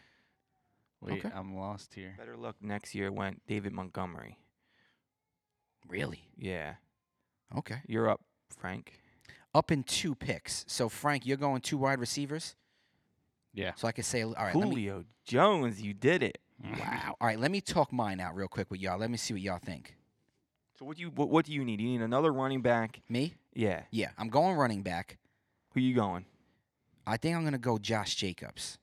Speaker 3: Wait,
Speaker 1: Okay.
Speaker 3: I'm lost here.
Speaker 2: Better luck next year when David Montgomery.
Speaker 1: Really?
Speaker 2: Yeah.
Speaker 1: Okay.
Speaker 2: You're up, Frank.
Speaker 1: Up in two picks. So Frank, you're going two wide receivers.
Speaker 3: Yeah.
Speaker 1: So I can say, all right. Let me,
Speaker 2: Julio Jones, you did it.
Speaker 1: wow. All right. Let me talk mine out real quick with y'all. Let me see what y'all think.
Speaker 2: So what do you what, what do you need? You need another running back.
Speaker 1: Me?
Speaker 2: Yeah.
Speaker 1: Yeah. I'm going running back.
Speaker 2: Who you going?
Speaker 1: I think I'm gonna go Josh Jacobs.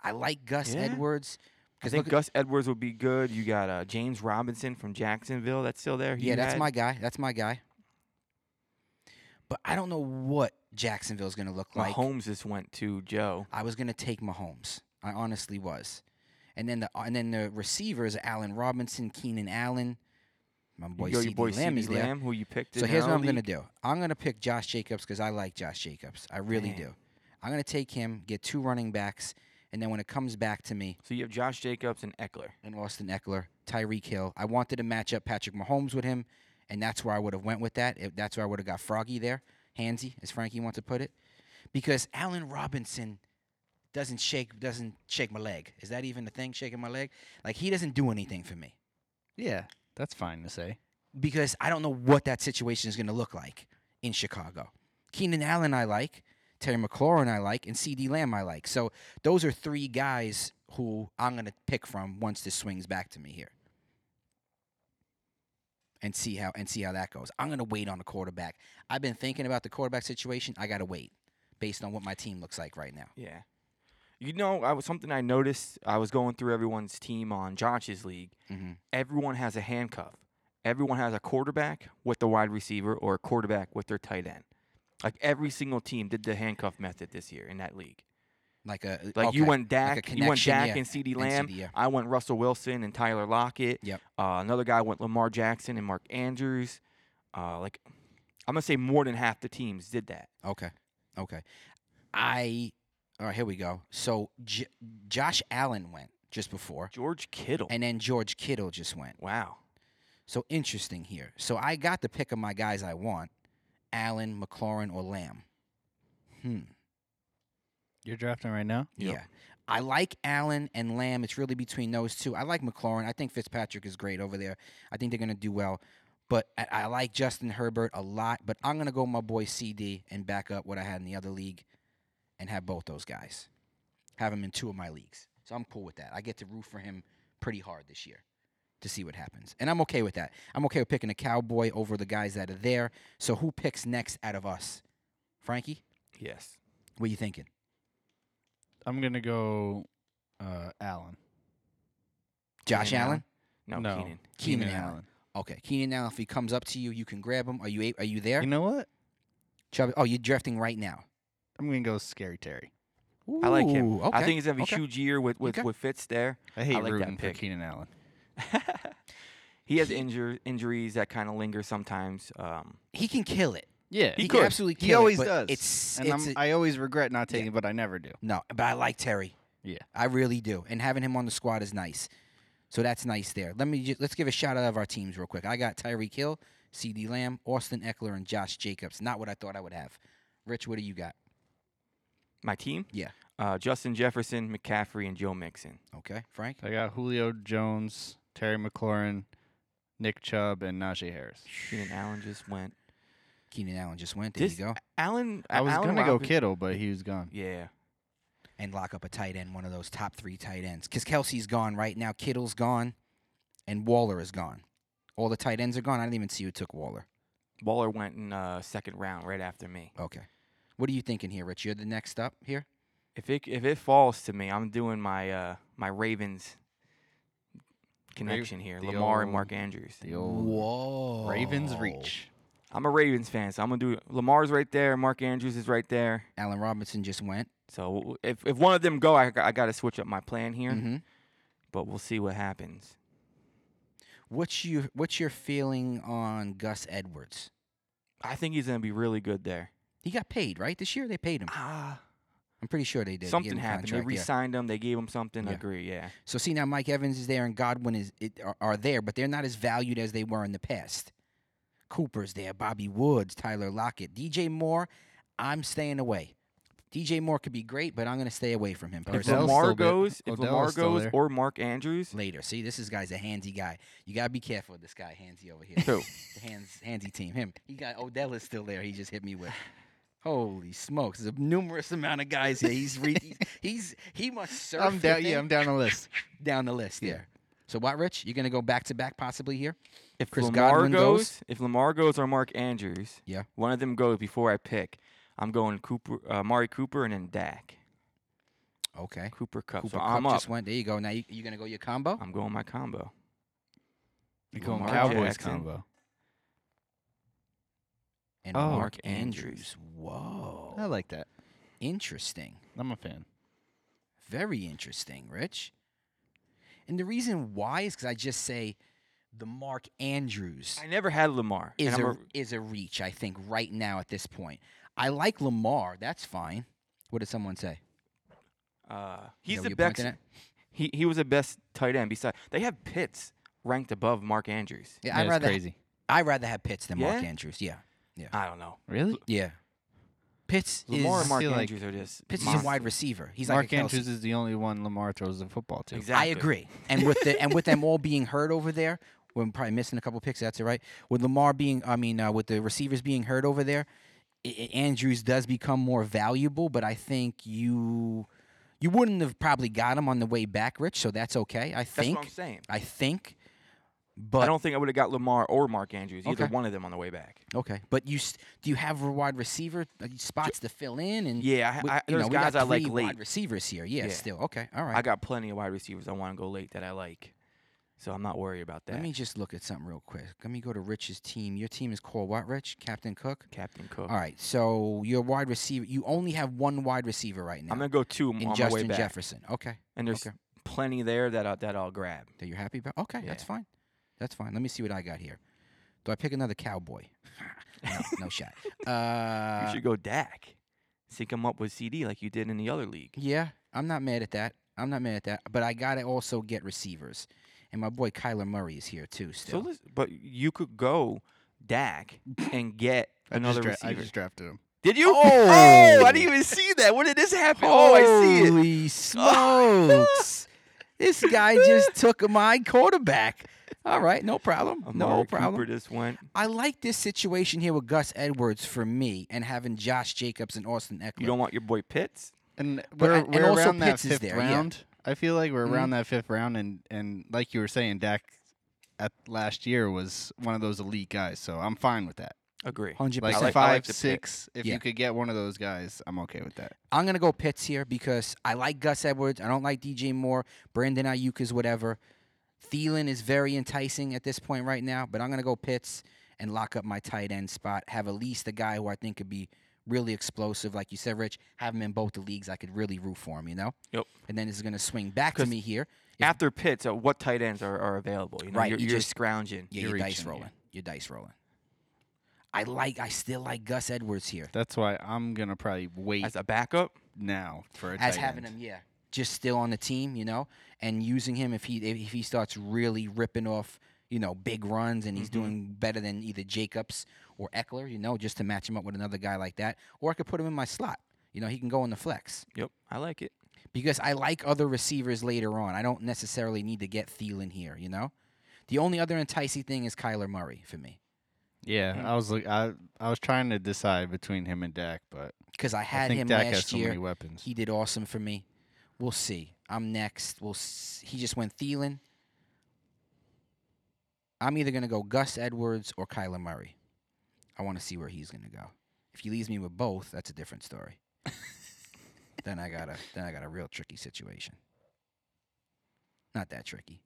Speaker 1: I like Gus
Speaker 2: Yeah?
Speaker 1: Edwards
Speaker 2: I
Speaker 1: because
Speaker 2: think Gus Edwards would be good. You got uh, James Robinson from Jacksonville. That's still there. Who
Speaker 1: Yeah,
Speaker 2: you
Speaker 1: that's
Speaker 2: had?
Speaker 1: my guy. That's my guy. But I don't know what Jacksonville's gonna look like.
Speaker 2: Mahomes just went to Joe.
Speaker 1: I was gonna take Mahomes. I honestly was. And then the uh, and then the receivers Allen Robinson, Keenan Allen, my
Speaker 2: You
Speaker 1: boy
Speaker 2: go, your
Speaker 1: CD
Speaker 2: boy
Speaker 1: Lamb
Speaker 2: CeeDee
Speaker 1: is there.
Speaker 2: Lamb, who you picked.
Speaker 1: So
Speaker 2: in
Speaker 1: here's
Speaker 2: our
Speaker 1: what I'm
Speaker 2: league.
Speaker 1: gonna do. I'm gonna pick Josh Jacobs because I like Josh Jacobs. I really
Speaker 2: Man.
Speaker 1: do. I'm gonna take him, get two running backs, and then when it comes back to me,
Speaker 2: So you have Josh Jacobs and Eckler.
Speaker 1: and Austin Eckler, Tyreek Hill. I wanted to match up Patrick Mahomes with him, and that's where I would have went with that. If that's where I would have got Froggy there, handsy, as Frankie wants to put it, because Allen Robinson doesn't shake doesn't shake my leg. Is that even a thing? Shaking my leg? Like he doesn't do anything for me
Speaker 3: Yeah, that's fine to say.
Speaker 1: because I don't know what that situation is going to look like in Chicago. Keenan Allen, I like. Terry McLaurin, I like. And CD Lamb, I like. So those are three guys who I'm going to pick from once this swings back to me here. And see how and see how that goes. I'm gonna wait on the quarterback. I've been thinking about the quarterback situation. I gotta wait based on what my team looks like right now.
Speaker 2: Yeah. You know, I was something I noticed. I was going through everyone's team on Josh's league.
Speaker 1: Mm-hmm.
Speaker 2: Everyone has a handcuff. Everyone has a quarterback with the wide receiver or a quarterback with their tight end. Like every single team did the handcuff method this year in that league.
Speaker 1: Like a
Speaker 2: Like you
Speaker 1: okay,
Speaker 2: went Dak,
Speaker 1: like a
Speaker 2: you went
Speaker 1: connection,
Speaker 2: Dak
Speaker 1: yeah,
Speaker 2: and CD Lamb.
Speaker 1: CD, yeah.
Speaker 2: I went Russell Wilson and Tyler Lockett.
Speaker 1: Yep.
Speaker 2: Uh, another guy went Lamar Jackson and Mark Andrews. Uh, like I'm gonna say more than half the teams did that.
Speaker 1: Okay. Okay. I. All right, here we go. So J- Josh Allen went just before,
Speaker 2: George Kittle.
Speaker 1: and then George Kittle just went.
Speaker 2: wow.
Speaker 1: So interesting here. So I got the pick of my guys I want Allen, McLaurin, or Lamb. Hmm.
Speaker 3: You're drafting right now.
Speaker 2: Yep.
Speaker 1: Yeah. I like Allen and Lamb. It's really between those two. I like McLaurin. I think Fitzpatrick is great over there. I think they're going to do well. But I, I like Justin Herbert a lot. But I'm going to go with my boy CD and back up what I had in the other league and have both those guys. Have him in two of my leagues. So I'm cool with that. I get to root for him pretty hard this year to see what happens. And I'm okay with that. I'm okay with picking a cowboy over the guys that are there. So who picks next out of us? Frankie,
Speaker 2: Yes.
Speaker 1: what you thinking?
Speaker 3: I'm gonna go uh, Allen.
Speaker 1: Josh
Speaker 2: Keenan
Speaker 1: Allen?
Speaker 2: Allen? No,
Speaker 3: No.
Speaker 2: Keenan.
Speaker 1: Keenan Allen. Okay. Keenan Allen, if he comes up to you, you can grab him. Are you a- are you there?
Speaker 3: You know what?
Speaker 1: Chubb, oh, you're drafting right now.
Speaker 3: I'm gonna go Scary Terry.
Speaker 2: I like him.
Speaker 1: Ooh,
Speaker 2: I
Speaker 1: okay.
Speaker 2: think he's having
Speaker 1: okay.
Speaker 2: a huge year with with,
Speaker 1: Okay.
Speaker 2: with Fitz there.
Speaker 3: I hate
Speaker 2: like that
Speaker 3: rooting for
Speaker 2: pick.
Speaker 3: Keenan Allen.
Speaker 2: he has injur- injuries that kind of linger sometimes. Um,
Speaker 1: he can kill it.
Speaker 3: Yeah,
Speaker 1: He,
Speaker 2: He
Speaker 1: can
Speaker 2: could.
Speaker 1: absolutely kill
Speaker 3: He always
Speaker 1: it. but
Speaker 3: does.
Speaker 1: It's,
Speaker 3: and
Speaker 1: it's
Speaker 3: I'm,
Speaker 1: a-
Speaker 3: I always regret not taking, it, but I never do.
Speaker 1: no, but I like Terry.
Speaker 3: Yeah.
Speaker 1: I really do. And having him on the squad is nice. So that's nice there. Let me ju- let's give a shout out of our teams real quick. I got Tyreek Hill, CD Lamb, Austin Eckler, and Josh Jacobs. Not what I thought I would have. Rich, what do you got?
Speaker 2: my team.
Speaker 1: Yeah.
Speaker 2: Uh, Justin Jefferson, McCaffrey, and Joe Mixon.
Speaker 1: Okay, Frank.
Speaker 3: I got Julio Jones, Terry McLaurin, Nick Chubb, and Najee Harris.
Speaker 2: Keenan Allen just went.
Speaker 1: Keenan Allen just went. There
Speaker 2: This-
Speaker 1: you go.
Speaker 2: Allen.
Speaker 3: I was
Speaker 2: Allen
Speaker 3: gonna go
Speaker 2: Robin-
Speaker 3: Kittle, but he was gone.
Speaker 2: Yeah.
Speaker 1: and lock up a tight end, one of those top three tight ends. Because Kelsey's gone right now, Kittle's gone, and Waller is gone. All the tight ends are gone. I didn't even see who took Waller.
Speaker 2: Waller went in uh, second round right after me.
Speaker 1: Okay. What are you thinking here, Rich? You're the next up here?
Speaker 2: If it if it falls to me, I'm doing my uh, my Ravens connection here.
Speaker 3: the
Speaker 2: Lamar and
Speaker 3: old-
Speaker 2: Mark Andrews.
Speaker 3: The old
Speaker 1: Whoa.
Speaker 3: Ravens reach.
Speaker 2: I'm a Ravens fan, so I'm gonna do Lamar's right there. Mark Andrews is right there.
Speaker 1: Allen Robinson just went.
Speaker 2: So if if one of them go, I, I got to switch up my plan here.
Speaker 1: Mm-hmm.
Speaker 2: But we'll see what happens.
Speaker 1: What's, you, what's your feeling on Gus Edwards?
Speaker 2: I think he's gonna be really good there.
Speaker 1: He got paid, right? This year they paid him.
Speaker 2: Ah,
Speaker 1: I'm pretty sure they did. They gave
Speaker 2: something
Speaker 1: him a
Speaker 2: happened. They
Speaker 1: contract, yeah.
Speaker 2: re-signed him. They gave him something. I
Speaker 1: Yeah.
Speaker 2: Agree. Yeah.
Speaker 1: So see now, Mike Evans is there and Godwin is it, are, are there, but they're not as valued as they were in the past. Cooper's there, Bobby Woods, Tyler Lockett, DJ Moore. I'm staying away. DJ Moore could be great, but I'm going to stay away from him
Speaker 2: If
Speaker 1: personally.
Speaker 3: Odell's
Speaker 2: Lamar
Speaker 3: still there.
Speaker 2: goes, if
Speaker 3: Odell
Speaker 2: Lamar
Speaker 3: is still
Speaker 2: goes,
Speaker 3: there.
Speaker 2: or Mark Andrews,
Speaker 1: Later, see, this is guy's a handsy guy. You gotta be careful with this guy, handsy over here.
Speaker 2: Who?
Speaker 1: the hands, handsy team. Him. He got Odell is still there. He just hit me with. Holy smokes! There's a numerous amount of guys here. He's re- he's, he's he must surf.
Speaker 3: I'm
Speaker 1: the
Speaker 3: down. Yeah,
Speaker 1: thing
Speaker 3: I'm down the list.
Speaker 1: down the list
Speaker 3: Yeah.
Speaker 1: there. So what, Rich? You're gonna go back to back possibly here?
Speaker 2: if
Speaker 1: Chris
Speaker 2: Lamar
Speaker 1: Godwin
Speaker 2: goes,
Speaker 1: goes?
Speaker 2: if Lamar goes or Mark Andrews,
Speaker 1: Yeah.
Speaker 2: one of them goes before I pick. I'm going Cooper, uh, Mari Cooper, and then Dak.
Speaker 1: Okay.
Speaker 2: Cooper Cup.
Speaker 1: Cooper
Speaker 2: so I'm
Speaker 1: Kupp
Speaker 2: up.
Speaker 1: just went. There you go. Now you, you gonna go your combo?
Speaker 2: I'm going my combo.
Speaker 3: You're going
Speaker 2: Lamar
Speaker 3: Cowboys
Speaker 2: Jackson.
Speaker 3: combo.
Speaker 1: And
Speaker 3: Oh.
Speaker 1: Mark
Speaker 2: Mark Andrews.
Speaker 1: Andrews. Whoa.
Speaker 3: I like that.
Speaker 1: Interesting.
Speaker 3: I'm a fan.
Speaker 1: Very interesting, Rich. And the reason why is because I just say the Mark Andrews
Speaker 2: I never had Lamar. and
Speaker 1: is
Speaker 2: I'm
Speaker 1: a,
Speaker 2: a-
Speaker 1: is a reach, I think, right now at this point. I like Lamar. That's fine. What did someone say?
Speaker 2: uh,
Speaker 1: Is
Speaker 2: he's
Speaker 1: that
Speaker 2: the
Speaker 1: what you're pointing
Speaker 2: best.
Speaker 1: at?
Speaker 2: He he was the best tight end. Besides, they have Pitts ranked above Mark Andrews.
Speaker 1: Yeah, I'd
Speaker 3: That's
Speaker 1: rather
Speaker 3: crazy.
Speaker 1: I'd rather have Pitts than Mark
Speaker 2: Yeah?
Speaker 1: Andrews. Yeah.
Speaker 2: I don't know.
Speaker 3: Really?
Speaker 1: Yeah. Pitts
Speaker 2: Lamar
Speaker 1: is
Speaker 2: and Mark
Speaker 3: feel like
Speaker 2: Andrews are just
Speaker 1: Pitts is a
Speaker 2: monsters.
Speaker 1: wide receiver. He's
Speaker 3: Mark
Speaker 1: like a Kelsey.
Speaker 3: Andrews is the only one Lamar throws the football to.
Speaker 2: Exactly.
Speaker 1: I agree. And with the and with them all being hurt over there, we're probably missing a couple picks. That's all right. With Lamar being, I mean, uh, with the receivers being hurt over there, i I- Andrews does become more valuable. But I think you you wouldn't have probably got him on the way back, Rich. So that's okay. I
Speaker 2: That's
Speaker 1: think.
Speaker 2: what I'm saying.
Speaker 1: I think. But
Speaker 2: I don't think I would have got Lamar or Mark Andrews, either
Speaker 1: Okay.
Speaker 2: one of them on the way back.
Speaker 1: okay. But you s- do you have a wide receiver uh, spots to fill in and
Speaker 2: Yeah,
Speaker 1: Mm. we-
Speaker 2: I, I,
Speaker 1: you
Speaker 2: there's
Speaker 1: know, we
Speaker 2: guys
Speaker 1: got
Speaker 2: I like
Speaker 1: three
Speaker 2: late.
Speaker 1: wide receivers here. Yeah,
Speaker 2: Yeah.
Speaker 1: still okay. All right.
Speaker 2: I got plenty of wide receivers I want to go late that I like, so I'm not worried about that.
Speaker 1: Let me just look at something real quick. Let me go to Rich's team. Your team is called what, Rich? Captain Cook?
Speaker 2: Captain Cook.
Speaker 1: All right. So your wide receiver, you only have one wide receiver right now.
Speaker 2: I'm gonna go two
Speaker 1: in
Speaker 2: m- on my way
Speaker 1: Justin
Speaker 2: back,
Speaker 1: Jefferson. Okay.
Speaker 2: and there's
Speaker 1: okay.
Speaker 2: plenty there that I, that I'll grab.
Speaker 1: That you're happy about? Okay. That's
Speaker 2: Yeah.
Speaker 1: fine. That's fine. Let me see what I got here. Do I pick another cowboy? no, no shot.
Speaker 2: you
Speaker 1: Uh,
Speaker 2: should go Dak. Sync him up with CD like you did in the other league.
Speaker 1: yeah, I'm not mad at that. I'm not mad at that. But I gotta also get receivers, and my boy Kyler Murray is here too.
Speaker 2: So,
Speaker 1: Still,
Speaker 2: listen, but you could go Dak and get another
Speaker 3: I just, dra- I
Speaker 2: receiver.
Speaker 3: just drafted him.
Speaker 2: Did you?
Speaker 1: Oh.
Speaker 2: I didn't even see that. When did this happen? Oh, I see it.
Speaker 1: Holy smokes! this guy just took my quarterback. All right, no problem. no
Speaker 2: Amari
Speaker 1: problem.
Speaker 2: Cooper just went.
Speaker 1: I like this situation here with Gus Edwards for me, and having Josh Jacobs and Austin Eckler.
Speaker 2: You don't want your boy Pitts?
Speaker 3: And
Speaker 1: But
Speaker 3: we're,
Speaker 1: I- and
Speaker 3: we're
Speaker 1: also
Speaker 3: around
Speaker 1: Pitts
Speaker 3: that
Speaker 1: is
Speaker 3: fifth
Speaker 1: there, yeah. Mm-hmm.
Speaker 3: round. I feel like we're around that fifth round, and, and like you were saying, Dak at last year was one of those elite guys, so I'm fine with that.
Speaker 2: Agree.
Speaker 1: hundred
Speaker 3: Like,
Speaker 2: I
Speaker 1: percent.
Speaker 2: like- I
Speaker 3: five,
Speaker 2: like the pick.
Speaker 3: six. If
Speaker 1: Yeah.
Speaker 3: you could get one of those guys, I'm okay with that.
Speaker 1: I'm gonna go Pitts here because I like Gus Edwards. I don't like DJ Moore. Brandon Ayuk is whatever. Thielen is very enticing at this point right now, but I'm gonna go Pitts and lock up my tight end spot. Have at least a guy who I think could be really explosive, like you said, Rich. Have him in both the leagues. I could really root for him, you know.
Speaker 2: Yep.
Speaker 1: And then it's gonna swing back to
Speaker 2: 'Cause
Speaker 1: me here. If-
Speaker 2: After Pitts, uh, what tight ends are, are available? You know,
Speaker 1: Right,
Speaker 2: You're,
Speaker 1: you
Speaker 2: you're
Speaker 1: just-
Speaker 2: scrounging.
Speaker 1: Yeah,
Speaker 2: you're
Speaker 1: your dice
Speaker 2: reaching, yeah.
Speaker 1: rolling. Your dice rolling. I like. I still like Gus Edwards here
Speaker 3: That's why I'm gonna probably wait
Speaker 2: As a backup,
Speaker 3: now for a
Speaker 1: as
Speaker 3: tight
Speaker 1: having
Speaker 3: end.
Speaker 1: him. Yeah, just still on the team, you know, and using him if he if he starts really ripping off, you know, big runs and he's
Speaker 2: Mhm.
Speaker 3: Mm-hmm.
Speaker 1: doing better than either Jacobs or Eckler, you know, just to match him up with another guy like that, or I could put him in my slot. You know, he can go in the flex
Speaker 2: yep, I like it.
Speaker 1: because I like other receivers later on. I don't necessarily need to get Thielen here, you know. The only other enticing thing is Kyler Murray for me.
Speaker 3: Yeah,
Speaker 1: Mm-hmm.
Speaker 2: Mm.
Speaker 3: I was like, I I was trying to decide between him and Dak, but
Speaker 1: because I had
Speaker 3: I think
Speaker 1: him
Speaker 3: Dak
Speaker 1: last
Speaker 3: has so
Speaker 1: year.
Speaker 3: many weapons.
Speaker 1: He did awesome for me. We'll see. I'm next. We'll. S- he just went Thielen. I'm either gonna go Gus Edwards or Kyler Murray. I want to see where he's gonna go. If he leaves me with both, that's a different story. then I got a then I got a real tricky situation. Not that tricky.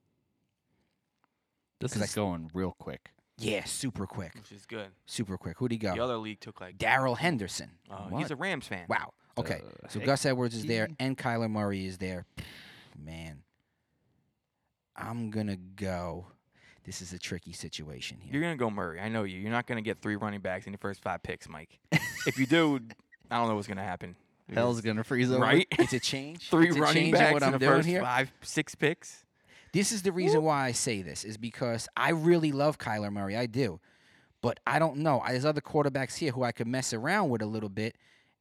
Speaker 3: This
Speaker 1: 'cause I
Speaker 3: is
Speaker 1: s-
Speaker 3: going real quick.
Speaker 1: Yeah, super quick,
Speaker 2: Which is good.
Speaker 1: super quick. Who'd he
Speaker 2: The
Speaker 1: go?
Speaker 2: other league took like.
Speaker 1: Daryl Henderson.
Speaker 2: Oh, he's a Rams fan.
Speaker 1: Wow. Okay.
Speaker 3: Uh,
Speaker 1: So
Speaker 3: heck,
Speaker 1: Gus Edwards is there
Speaker 3: he-
Speaker 1: and Kyler Murray is there. Man, I'm gonna go. This is a tricky situation here.
Speaker 2: You're gonna go Murray. I know you. You're not gonna get three running backs in your first five picks, Mike. if you do, I don't know what's gonna happen.
Speaker 3: hell's gonna freeze over.
Speaker 2: right.
Speaker 1: it's a change.
Speaker 2: three
Speaker 1: It's a
Speaker 2: running
Speaker 1: change in
Speaker 2: backs
Speaker 1: what
Speaker 2: in
Speaker 1: I'm
Speaker 2: the
Speaker 1: doing
Speaker 2: first
Speaker 1: here.
Speaker 2: five, six picks.
Speaker 1: This is the reason why I say this is because I really love Kyler Murray. I do, but I don't know. I- There's other quarterbacks here who I could mess around with a little bit,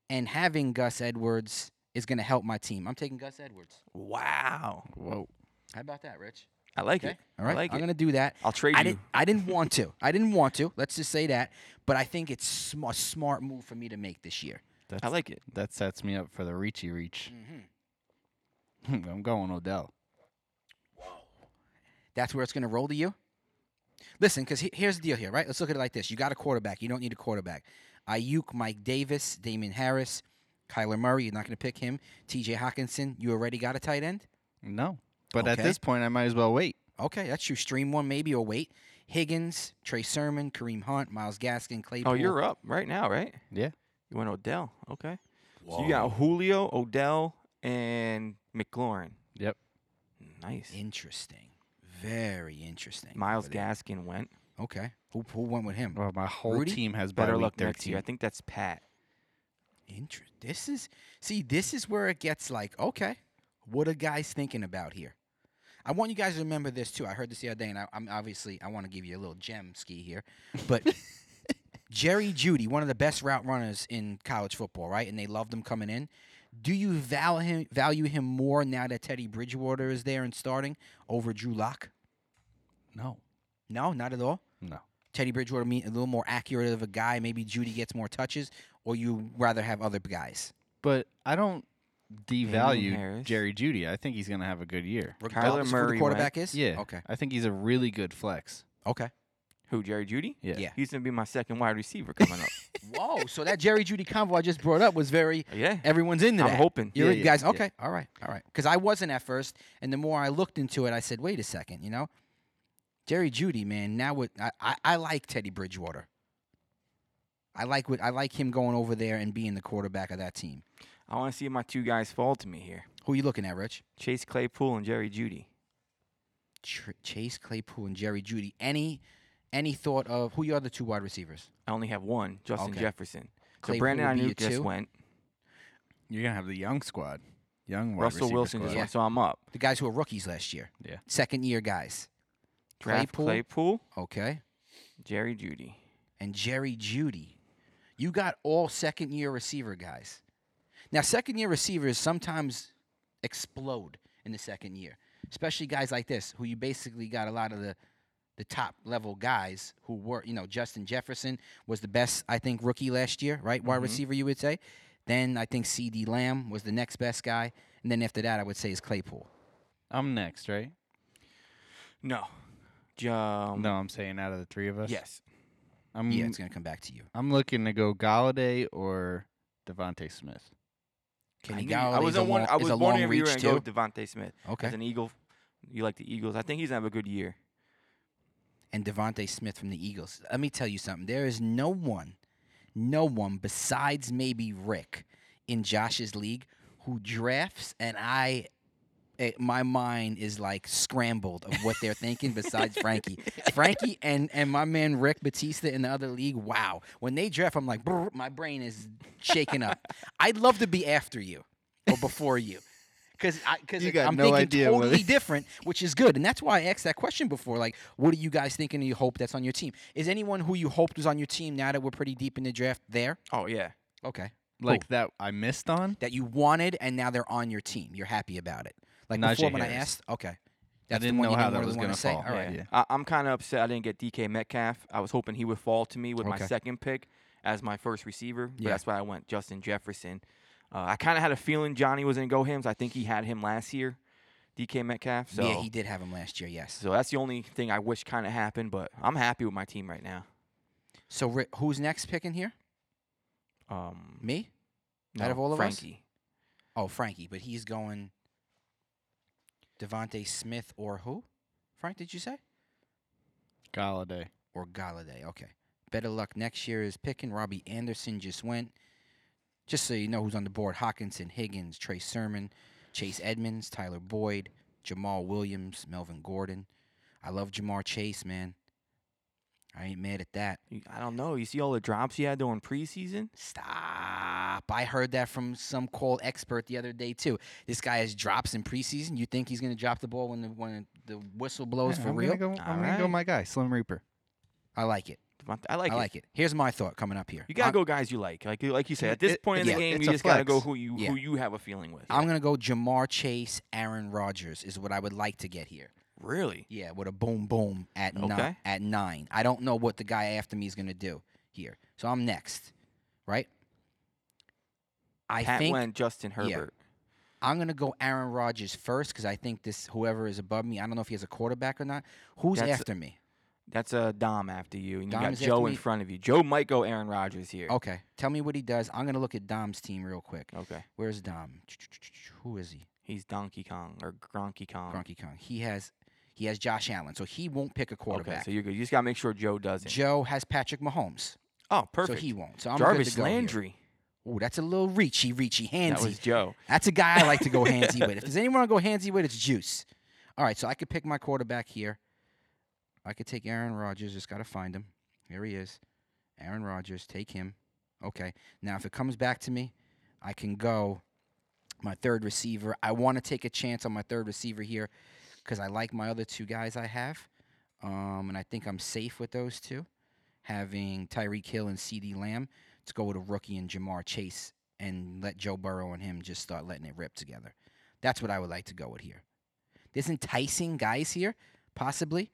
Speaker 1: and having Gus Edwards is gonna help my team. I'm taking Gus Edwards.
Speaker 2: Wow,
Speaker 3: Whoa.
Speaker 1: How about that, Rich?
Speaker 2: I like
Speaker 1: Okay.
Speaker 2: it.
Speaker 1: All right.
Speaker 2: I like
Speaker 1: I'm
Speaker 2: it.
Speaker 1: gonna do that.
Speaker 2: I'll trade
Speaker 1: I
Speaker 2: you.
Speaker 1: didn't. I didn't want to. I didn't want to. Let's just say that. But I think it's sm- a smart move for me to make this year.
Speaker 3: That's,
Speaker 2: I like it.
Speaker 3: that sets me up for the Reachy reach.
Speaker 1: Mhm.
Speaker 3: I'm going Odell.
Speaker 1: That's where it's going to roll to you. Listen, because here's the deal here, right? Let's look at it like this. You got a quarterback. You don't need a quarterback. Ayuk, Mike Davis, Damon Harris, Kyler Murray. You're not going to pick him. T.J. Hawkinson. You already got a tight end.
Speaker 3: No, but
Speaker 1: Okay.
Speaker 3: at this point, I might as well wait.
Speaker 1: Okay, that's true. Stream one maybe or wait. Higgins, Trey Sermon, Kareem Hunt, Miles Gaskin, Claypool.
Speaker 2: Oh, you're up right now, right?
Speaker 3: Yeah.
Speaker 2: You went Odell. Okay. So you got Julio, Odell, and McLaurin.
Speaker 3: Yep.
Speaker 2: Nice.
Speaker 1: Interesting. Very interesting.
Speaker 2: Miles
Speaker 1: over there.
Speaker 2: Gaskin went.
Speaker 1: Okay. Who, who went with him?
Speaker 3: Well, my whole
Speaker 1: Rudy?
Speaker 3: team has bye
Speaker 2: Better
Speaker 3: week
Speaker 2: luck next
Speaker 3: 13.
Speaker 2: year. I think that's Pat.
Speaker 1: Inter- this is see, this is where it gets like, okay, what are guys thinking about here? I want you guys to remember this too. I heard this the other day, and I, I'm obviously I want to give you a little gem ski here, but Jerry Judy, one of the best route runners in college football, right? And they loved him coming in. Do you value him, value him more now that Teddy Bridgewater is there and starting over Drew Lock?
Speaker 3: No,
Speaker 1: No, not at all.
Speaker 3: no.
Speaker 1: Teddy Bridgewater mean a little more accurate of a guy. Maybe Judy gets more touches, or you rather have other guys.
Speaker 3: But I don't devalue
Speaker 2: Harris.
Speaker 3: Jerry Judy. I think he's going to have a good year.
Speaker 1: Regardless of who
Speaker 2: Murray
Speaker 1: the
Speaker 2: went.
Speaker 1: quarterback is.
Speaker 3: Yeah.
Speaker 1: Okay.
Speaker 3: I think he's a really good flex.
Speaker 1: Okay.
Speaker 2: Who? Jerry Judy.
Speaker 3: Yeah.
Speaker 1: Yeah.
Speaker 2: He's gonna be my second wide receiver coming up.
Speaker 1: Whoa. So that Jerry Judy convo I just brought up was very
Speaker 2: yeah.
Speaker 1: everyone's into
Speaker 2: I'm
Speaker 1: that.
Speaker 2: hoping.
Speaker 1: You're
Speaker 3: Yeah,
Speaker 1: you
Speaker 3: yeah,
Speaker 1: guys.
Speaker 3: yeah.
Speaker 1: Okay. All right. All right. Because I wasn't at first, and the more I looked into it, I said, wait a second. You know, Jerry Judy, man. Now with I, I, I like Teddy Bridgewater. I like what I like him going over there and being the quarterback of that team.
Speaker 2: I want to see my two guys fall to me here:
Speaker 1: Who are you looking at, Rich?
Speaker 2: Chase Claypool and Jerry Judy.
Speaker 1: Tr- Chase Claypool and Jerry Judy. Any any thought of who your other two wide receivers?
Speaker 2: I only have one, Justin
Speaker 1: Okay.
Speaker 2: Jefferson. So
Speaker 1: Claypool
Speaker 2: Brandon
Speaker 1: would be your
Speaker 2: Ayuk just
Speaker 1: two?
Speaker 2: went.
Speaker 3: You're going to have the young squad. Young wide
Speaker 2: Russell
Speaker 3: receiver
Speaker 2: Wilson
Speaker 3: squad.
Speaker 2: just
Speaker 1: Yeah.
Speaker 2: went, so I'm up.
Speaker 1: The guys who were rookies last year.
Speaker 3: Yeah.
Speaker 1: Second year guys.
Speaker 2: Draft
Speaker 1: Claypool.
Speaker 2: Claypool,
Speaker 1: Okay.
Speaker 2: Jerry Judy.
Speaker 1: and Jerry Judy. You got all second year receiver guys. Now, second year receivers sometimes explode in the second year, especially guys like this, who you basically got a lot of the the top level guys who were, you know, Justin Jefferson was the best, I think, rookie last year, right? Wide
Speaker 2: Mhm.
Speaker 1: receiver, you would say. Then I think C.D. Lamb was the next best guy. And then after that, I would say is Claypool.
Speaker 3: I'm next, right?
Speaker 2: No. Um,
Speaker 3: no, I'm saying out of the three of us.
Speaker 2: Yes.
Speaker 3: I'm
Speaker 2: Mm.
Speaker 1: Yeah, it's going to come back to you.
Speaker 3: I'm looking to go Galladay or Devonte Smith.
Speaker 1: Kenny
Speaker 2: knew-
Speaker 1: Galladay is
Speaker 2: was
Speaker 1: a
Speaker 2: on one.
Speaker 1: long,
Speaker 2: I was
Speaker 1: is a
Speaker 2: born
Speaker 1: long
Speaker 2: every year
Speaker 1: reach
Speaker 2: and go
Speaker 1: too.
Speaker 2: with Devontae Smith as
Speaker 1: Okay.
Speaker 2: an Eagle. You like the Eagles? I think he's gonna have a good year.
Speaker 1: And Devontae Smith from the Eagles. Let me tell you something. There is no one, no one besides maybe Rick in Josh's league who drafts and I eh, my mind is like scrambled of what they're thinking besides Frankie. Frankie and and my man Rick Batista in the other league. Wow. When they draft, I'm like, brr, my brain is shaking up. I'd love to be after you or before you. Because I, cause
Speaker 3: You
Speaker 1: it-
Speaker 3: got
Speaker 1: I'm
Speaker 3: no
Speaker 1: thinking
Speaker 3: idea what-
Speaker 1: totally different, which is good. And that's why I asked that question before. Like, what do you guys think and you hope that's on your team? Is anyone who you hoped was on your team now that we're pretty deep in the draft there?
Speaker 2: Oh yeah.
Speaker 1: Okay.
Speaker 3: Like that I missed on?
Speaker 1: That you wanted and now they're on your team. You're happy about it. Like
Speaker 3: Najee
Speaker 1: before when I
Speaker 3: Harris.
Speaker 1: asked? Okay.
Speaker 3: I
Speaker 1: That's
Speaker 3: didn't
Speaker 1: the one
Speaker 3: know
Speaker 1: you
Speaker 3: how
Speaker 1: didn't
Speaker 3: that
Speaker 1: really
Speaker 3: was
Speaker 1: want
Speaker 3: gonna
Speaker 1: to say?
Speaker 3: fall.
Speaker 1: All right.
Speaker 3: Yeah.
Speaker 2: I, I'm kind of upset I didn't get DK Metcalf. I was hoping he would fall to me with my
Speaker 1: Okay.
Speaker 2: second pick as my first receiver, but
Speaker 1: Yeah.
Speaker 2: that's why I went Justin Jefferson. Uh, I kind of had a feeling Johnny was going to go him. So I think he had him last year, DK Metcalf. So,
Speaker 1: Yeah, he did have him last year, yes.
Speaker 2: so that's the only thing I wish kind of happened, but I'm happy with my team right now.
Speaker 1: So Rick, who's next picking here?
Speaker 2: Um,
Speaker 1: Me? Out of all of us?
Speaker 2: Frankie.
Speaker 1: Oh, Frankie, but he's going Devonte Smith or who? Frank, did you say?
Speaker 3: Galladay.
Speaker 1: Or Galladay. Okay. Better luck next year is picking. Robbie Anderson just went. Just so you know who's on the board Hawkinson, Higgins, Trey Sermon, Chase Edmonds, Tyler Boyd, Jamal Williams, Melvin Gordon. I love Jamar Chase, man. I ain't mad at that.
Speaker 2: You- I don't know. You see all the drops he had during preseason?
Speaker 1: Stop. I heard that from some call expert the other day too. This guy has drops in preseason. You think he's gonna drop the ball when the when the whistle blows
Speaker 3: Yeah,
Speaker 1: for
Speaker 3: I'm
Speaker 1: real?
Speaker 3: Gonna go,
Speaker 2: All
Speaker 3: I'm gonna go
Speaker 2: right.
Speaker 3: my guy, Slim Reaper.
Speaker 1: I like it.
Speaker 2: Devont- I like
Speaker 1: I
Speaker 2: it.
Speaker 1: like it. Here's my thought coming up here.
Speaker 2: You gotta
Speaker 1: I-
Speaker 2: go guys you like. Like like you said, at this
Speaker 3: It-
Speaker 2: point in the
Speaker 3: yeah,
Speaker 2: game,
Speaker 3: it's
Speaker 2: you
Speaker 3: a
Speaker 2: just gotta go
Speaker 3: flex.
Speaker 2: who you
Speaker 1: Yeah.
Speaker 2: who you have a feeling with.
Speaker 1: I'm gonna go Jamar Chase, Aaron Rodgers is what I would like to get here.
Speaker 2: really.
Speaker 1: Yeah, with a boom boom at nine
Speaker 2: Okay.
Speaker 1: at nine. I don't know what the guy after me is gonna do here. So I'm next. Right? I
Speaker 2: Pat
Speaker 1: think
Speaker 2: went Justin Herbert.
Speaker 1: I'm gonna go Aaron Rodgers first because I think this whoever is above me. I don't know if he has a quarterback or not. Who's
Speaker 2: That's-
Speaker 1: after me?
Speaker 2: That's a Dom after you, and you
Speaker 1: Dom
Speaker 2: got
Speaker 1: is after
Speaker 2: Joe in
Speaker 1: me. Oh.
Speaker 2: front of you. Joe might go Aaron Rodgers here.
Speaker 1: Okay, tell me what he does. I'm gonna look at Dom's team real quick.
Speaker 2: Okay.
Speaker 1: Where's Dom? Who is he?
Speaker 2: He's Donkey Kong or Gronky Kong.
Speaker 1: Gronky Kong. He has he has Josh Allen, so he won't pick a
Speaker 2: Okay,
Speaker 1: quarterback.
Speaker 2: so you're good. You just gotta make sure Joe does it.
Speaker 1: Joe has Patrick Mahomes,
Speaker 2: oh, perfect.
Speaker 1: so he won't. So I'm good
Speaker 2: Jarvis
Speaker 1: to go here.
Speaker 2: Landry.
Speaker 1: Ooh, that's a little reachy, reachy,
Speaker 2: That
Speaker 1: handsy.
Speaker 2: was Joe.
Speaker 1: That's a guy I like to go handsy with. If there's anyone I go handsy with, it's Juice. All right, so I could pick my quarterback here. I could take Aaron Rodgers. Just got to find him. Here he is. Aaron Rodgers. Take him. Okay. Now, if it comes back to me, I can go my third receiver. I want to take a chance on my third receiver here because I like my other two guys I have. Um, and I think I'm safe with those two, having Tyreek Hill and CD Lamb. Let's go with a rookie and Jamar Chase and let Joe Burrow and him just start letting it rip together. That's what I would like to go with here. There's enticing guys here, possibly,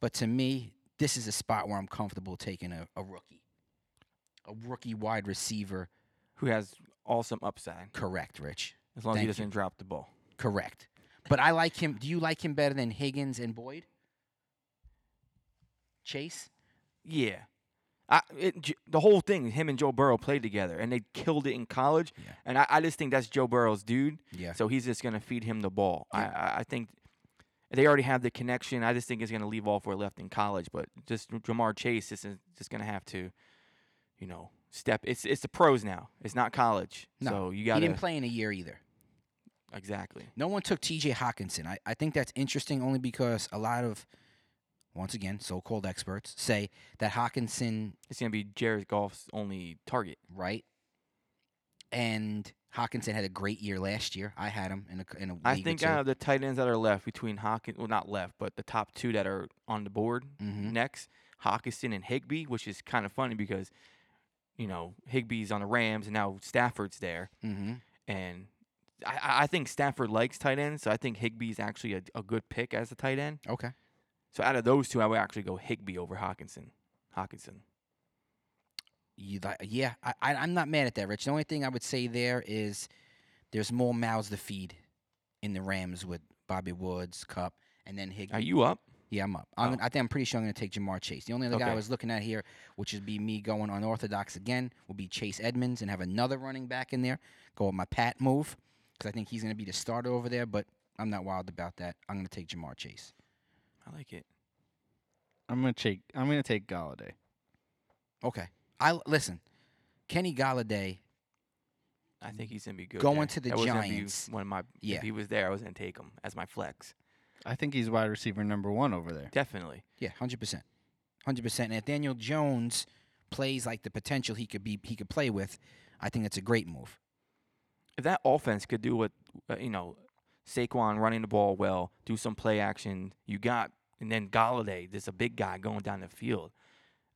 Speaker 1: but to me, this is a spot where I'm comfortable taking a, a rookie, a rookie wide receiver.
Speaker 2: Who has awesome upside.
Speaker 1: Correct, Rich.
Speaker 2: As long as he
Speaker 1: Thank you.
Speaker 2: doesn't drop the ball.
Speaker 1: Correct. But I like him. Do you like him better than Higgins and Boyd? Chase?
Speaker 2: Yeah. I, it, J- the whole thing, him and Joe Burrow played together, and they killed it in college.
Speaker 1: Yeah.
Speaker 2: And I, I just think that's Joe Burrow's dude.
Speaker 1: Yeah.
Speaker 2: So he's just going to feed him the ball. I I, I think they already have the connection. I just think it's going to leave all for left in college. But just Jamar Chase is just going to have to, you know, step. It's it's the pros now. It's not college.
Speaker 1: No,
Speaker 2: So you
Speaker 1: he
Speaker 2: got
Speaker 1: didn't
Speaker 2: to
Speaker 1: play in a year either.
Speaker 2: exactly.
Speaker 1: No one took TJ Hawkinson. I, I think that's interesting only because a lot of, once again, so called experts say that Hawkinson,
Speaker 2: It's going to be Jared Goff's only target.
Speaker 1: right? And Hawkinson had a great year last year. I had him in a, in a
Speaker 2: I
Speaker 1: league
Speaker 2: think
Speaker 1: or
Speaker 2: out of the tight ends that are left between Hawkins, well, not left, but the top two that are on the board
Speaker 1: hmm
Speaker 2: next, Hawkinson and Higby, which is kind of funny because you know, Higbee's on the Rams, and now Stafford's there.
Speaker 1: Mm-hmm.
Speaker 2: And I- I, I think Stafford likes tight ends, so I think Higbee's actually a, a good pick as a tight end.
Speaker 1: Okay.
Speaker 2: So out of those two, I would actually go Higbee over Hawkinson. Hawkinson.
Speaker 1: You like, yeah, I, I, I'm not mad at that, Rich. The only thing I would say there is there's more mouths to feed in the Rams with Bobby Woods, Cup, and then Higgins.
Speaker 2: Are you up?
Speaker 1: Yeah, I'm up. I'm
Speaker 2: Oh.
Speaker 1: gonna, I think I'm pretty sure I'm going to take Jamar Chase. The only other guy I
Speaker 2: Okay.
Speaker 1: was looking at here, which would be me going unorthodox again, will be Chase Edmonds and have another running back in there. Go with my Pat move because I think he's going to be the starter over there. But I'm not wild about that. I'm going to take Jamar Chase.
Speaker 2: I like it.
Speaker 3: I'm gonna take. I'm gonna take Galladay.
Speaker 1: Okay. I listen. Kenny Galladay.
Speaker 2: I think he's gonna be good.
Speaker 1: Going
Speaker 2: there.
Speaker 1: to the
Speaker 2: That was gonna be
Speaker 1: Giants.
Speaker 2: One of my.
Speaker 1: Yeah.
Speaker 2: If he was there, I was gonna take him as my flex.
Speaker 3: I think he's wide receiver number one over there.
Speaker 2: Definitely.
Speaker 1: Yeah, hundred percent, hundred percent. And if Daniel Jones plays like the potential he could be, he could play with. I think that's a great move.
Speaker 2: If that offense could do what uh, you know, Saquon running the ball well, do some play action. You got and then Galladay. There's a big guy going down the field.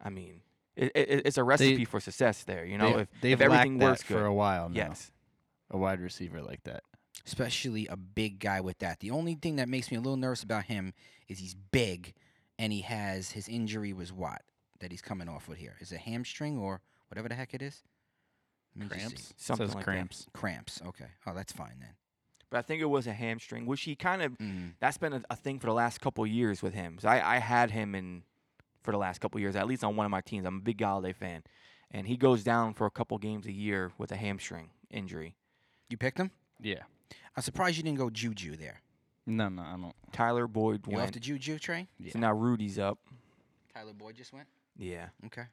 Speaker 2: I mean, it, it, it's a recipe for success there. You know,
Speaker 3: They-
Speaker 2: if,
Speaker 3: they've
Speaker 2: if everything
Speaker 3: lacked that
Speaker 2: works
Speaker 3: for
Speaker 2: good.
Speaker 3: a while now.
Speaker 2: yes.
Speaker 3: a wide receiver like that.
Speaker 1: especially a big guy with that. The only thing that makes me a little nervous about him is he's big and he has his injury was what that he's coming off with here. Is it hamstring or whatever the heck it is? Let me just see.
Speaker 2: Something
Speaker 3: Says
Speaker 2: like that.
Speaker 3: cramps.
Speaker 1: Cramps. Okay. Oh, that's fine then.
Speaker 2: But I think it was a hamstring, which he kind of
Speaker 1: Mm.
Speaker 2: that's been a, a thing for the last couple of years with him. So I, I had him in for the last couple of years, at least on one of my teams. I'm a big Galladay fan, and he goes down for a couple games a year with a hamstring injury.
Speaker 1: You picked him?
Speaker 3: Yeah.
Speaker 1: I'm surprised you didn't go Juju there.
Speaker 3: No, no, I don't.
Speaker 2: Tyler Boyd
Speaker 1: You off
Speaker 2: went,
Speaker 1: the Juju train?
Speaker 2: so now Rudy's up.
Speaker 1: Tyler Boyd just went.
Speaker 2: Yeah,
Speaker 1: Okay.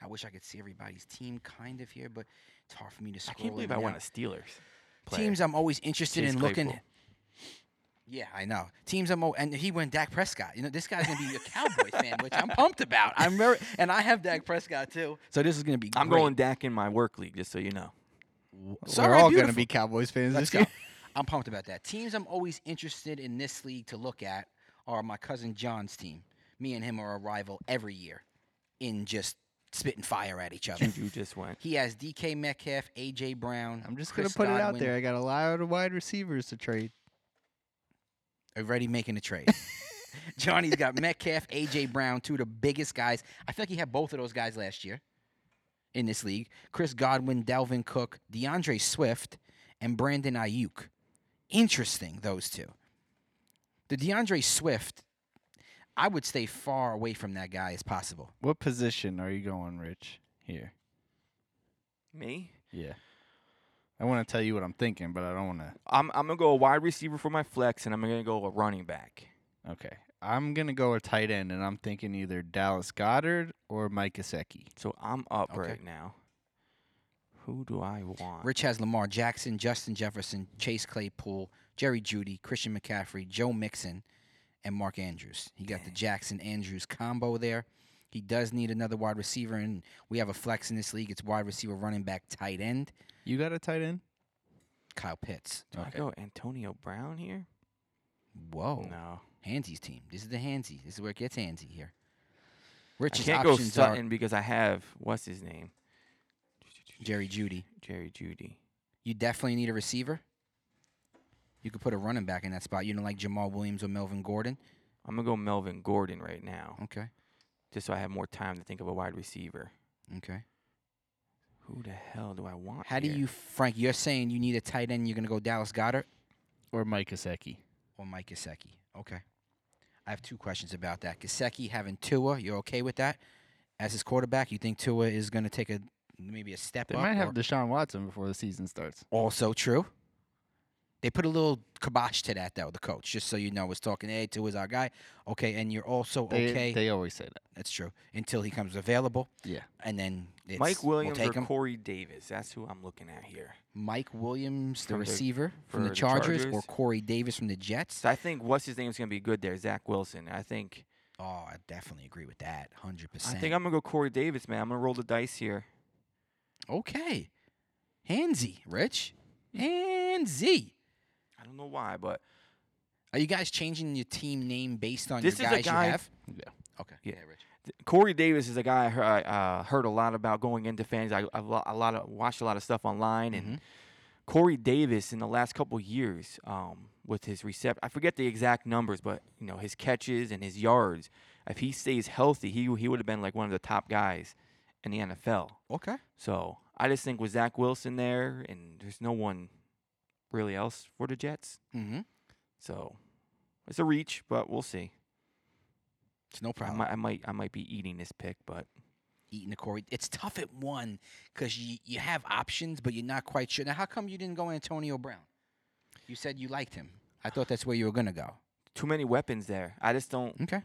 Speaker 1: I wish I could see everybody's team kind of here, but it's hard for me to
Speaker 2: I
Speaker 1: scroll.
Speaker 2: can't believe
Speaker 1: in and
Speaker 2: I went
Speaker 1: out.
Speaker 2: a Steelers. Player.
Speaker 1: Teams I'm always interested
Speaker 2: Chase
Speaker 1: in looking.
Speaker 2: Claypool.
Speaker 1: Yeah, I know. Teams I'm o- and he went Dak Prescott. You know, this guy's gonna be a Cowboy fan, which I'm pumped about. I'm very, and I have Dak Prescott too. So this is gonna be.
Speaker 2: I'm
Speaker 1: great.
Speaker 2: going Dak in my work league, just so you know.
Speaker 1: It's
Speaker 3: We're
Speaker 1: alright,
Speaker 3: all
Speaker 1: beautiful.
Speaker 3: gonna be Cowboys fans
Speaker 1: Let's
Speaker 3: this
Speaker 1: go.
Speaker 3: year.
Speaker 1: I'm pumped about that. Teams I'm always interested in this league to look at are my cousin John's team. Me and him are a rival every year, in just spitting fire at each other.
Speaker 2: Juju just went.
Speaker 1: he has DK Metcalf, AJ Brown.
Speaker 3: I'm just
Speaker 1: Chris
Speaker 3: gonna put it out
Speaker 1: Godwin.
Speaker 3: there. I got a lot of wide receivers to trade.
Speaker 1: already making a trade. Johnny's got Metcalf, AJ Brown, two of the biggest guys. I feel like he had both of those guys last year in this league. Chris Godwin, Dalvin Cook, DeAndre Swift, and Brandon Ayuk. Interesting, those two. The DeAndre Swift, I would stay far away from that guy as possible.
Speaker 3: What position are you going, Rich? Here.
Speaker 2: Me?
Speaker 3: Yeah. I want to tell you what I'm thinking, but I don't want to.
Speaker 2: I'm I'm gonna go a wide receiver for my flex, and I'm gonna go a running back.
Speaker 3: Okay. I'm gonna go a tight end, and I'm thinking either Dallas Goddard or Mike Gesicki.
Speaker 2: So I'm up
Speaker 1: Okay.
Speaker 2: right now. Who do I want?
Speaker 1: Rich has Lamar Jackson, Justin Jefferson, Chase Claypool, Jerry Judy, Christian McCaffrey, Joe Mixon, and Mark Andrews. He got the
Speaker 2: Dang.
Speaker 1: Jackson Andrews combo there. He does need another wide receiver, and we have a flex in this league. It's wide receiver, running back, tight end,
Speaker 3: You got a tight end?
Speaker 1: Kyle Pitts.
Speaker 2: Do I go Antonio Brown here?
Speaker 1: Whoa,
Speaker 2: No.
Speaker 1: Hansy's team. This is the Hansy. This is where it gets Hansy here. Rich's
Speaker 2: I can't go
Speaker 1: options
Speaker 2: Sutton because I have what's his name,
Speaker 1: are Jerry Judy.
Speaker 2: Jerry Judy.
Speaker 1: You definitely need a receiver. You could put a running back in that spot. You don't like Jamal Williams or Melvin Gordon.
Speaker 2: I'm gonna go Melvin Gordon right now,
Speaker 1: Okay.
Speaker 2: just so I have more time to think of a wide receiver.
Speaker 1: Okay.
Speaker 2: Who the hell do I want?
Speaker 1: How do
Speaker 2: here?
Speaker 1: you, Frank? You're saying you need a tight end. You're going to go Dallas Goddard
Speaker 3: Or Mike Gesicki?
Speaker 1: or Mike Gesicki. Okay. I have two questions about that. Gesicki having Tua, you're okay with that? As his quarterback, you think Tua is going to take a maybe a step
Speaker 3: They
Speaker 1: up?
Speaker 3: might
Speaker 1: or-
Speaker 3: have Deshaun Watson before the season starts.
Speaker 1: also true. They put a little kibosh to that though. The coach, just so you know, was talking. Hey, Tua's our guy. Okay, and you're also
Speaker 3: They,
Speaker 1: okay.
Speaker 3: They always say that.
Speaker 1: That's true. Until he comes available.
Speaker 3: Yeah.
Speaker 1: And then it's,
Speaker 2: Mike
Speaker 1: we'll
Speaker 2: Williams
Speaker 1: take
Speaker 2: or
Speaker 1: him.
Speaker 2: Corey Davis? That's who I'm looking at here.
Speaker 1: Mike Williams, the
Speaker 2: From the-
Speaker 1: receiver from the
Speaker 2: for the
Speaker 1: Chargers, or
Speaker 2: Chargers.
Speaker 1: Corey Davis from the Jets.
Speaker 2: So I think what's his name's gonna be good there. Zach Wilson. I think.
Speaker 1: Oh, I definitely agree with that. Hundred
Speaker 2: I
Speaker 1: percent.
Speaker 2: think I'm gonna go Corey Davis, man. I'm gonna roll the dice here.
Speaker 1: okay. Handsy, Rich. Handsy.
Speaker 2: I don't know why, but
Speaker 1: Are you guys changing your team name based on
Speaker 2: This
Speaker 1: your
Speaker 2: is a
Speaker 1: guys
Speaker 2: guy-
Speaker 1: you have?
Speaker 3: Yeah.
Speaker 1: Okay.
Speaker 2: Yeah.
Speaker 1: Rich.
Speaker 2: th- Corey Davis is a guy I heard, I, uh, heard a lot about going into fans. I, I lo- a lot of watched a lot of stuff online,
Speaker 1: Mm-hmm.
Speaker 2: and Corey Davis in the last couple years um, with his recept, I forget the exact numbers, but you know his catches and his yards. If he stays healthy, he he would have been like one of the top guys in the NFL.
Speaker 1: Okay.
Speaker 2: So I just think with Zach Wilson there, and there's no one really else for the Jets.
Speaker 1: Mm-hmm.
Speaker 2: So it's a reach, but we'll see.
Speaker 1: It's no
Speaker 2: I
Speaker 1: problem.
Speaker 2: might, I might, I might be eating this pick, but
Speaker 1: Eating the Corey. It's tough at one because you, you have options, but you're not quite sure. Now, how come you didn't go Antonio Brown? You said you liked him. I thought that's where you were going to go.
Speaker 2: too many weapons there. I just don't.
Speaker 1: Okay.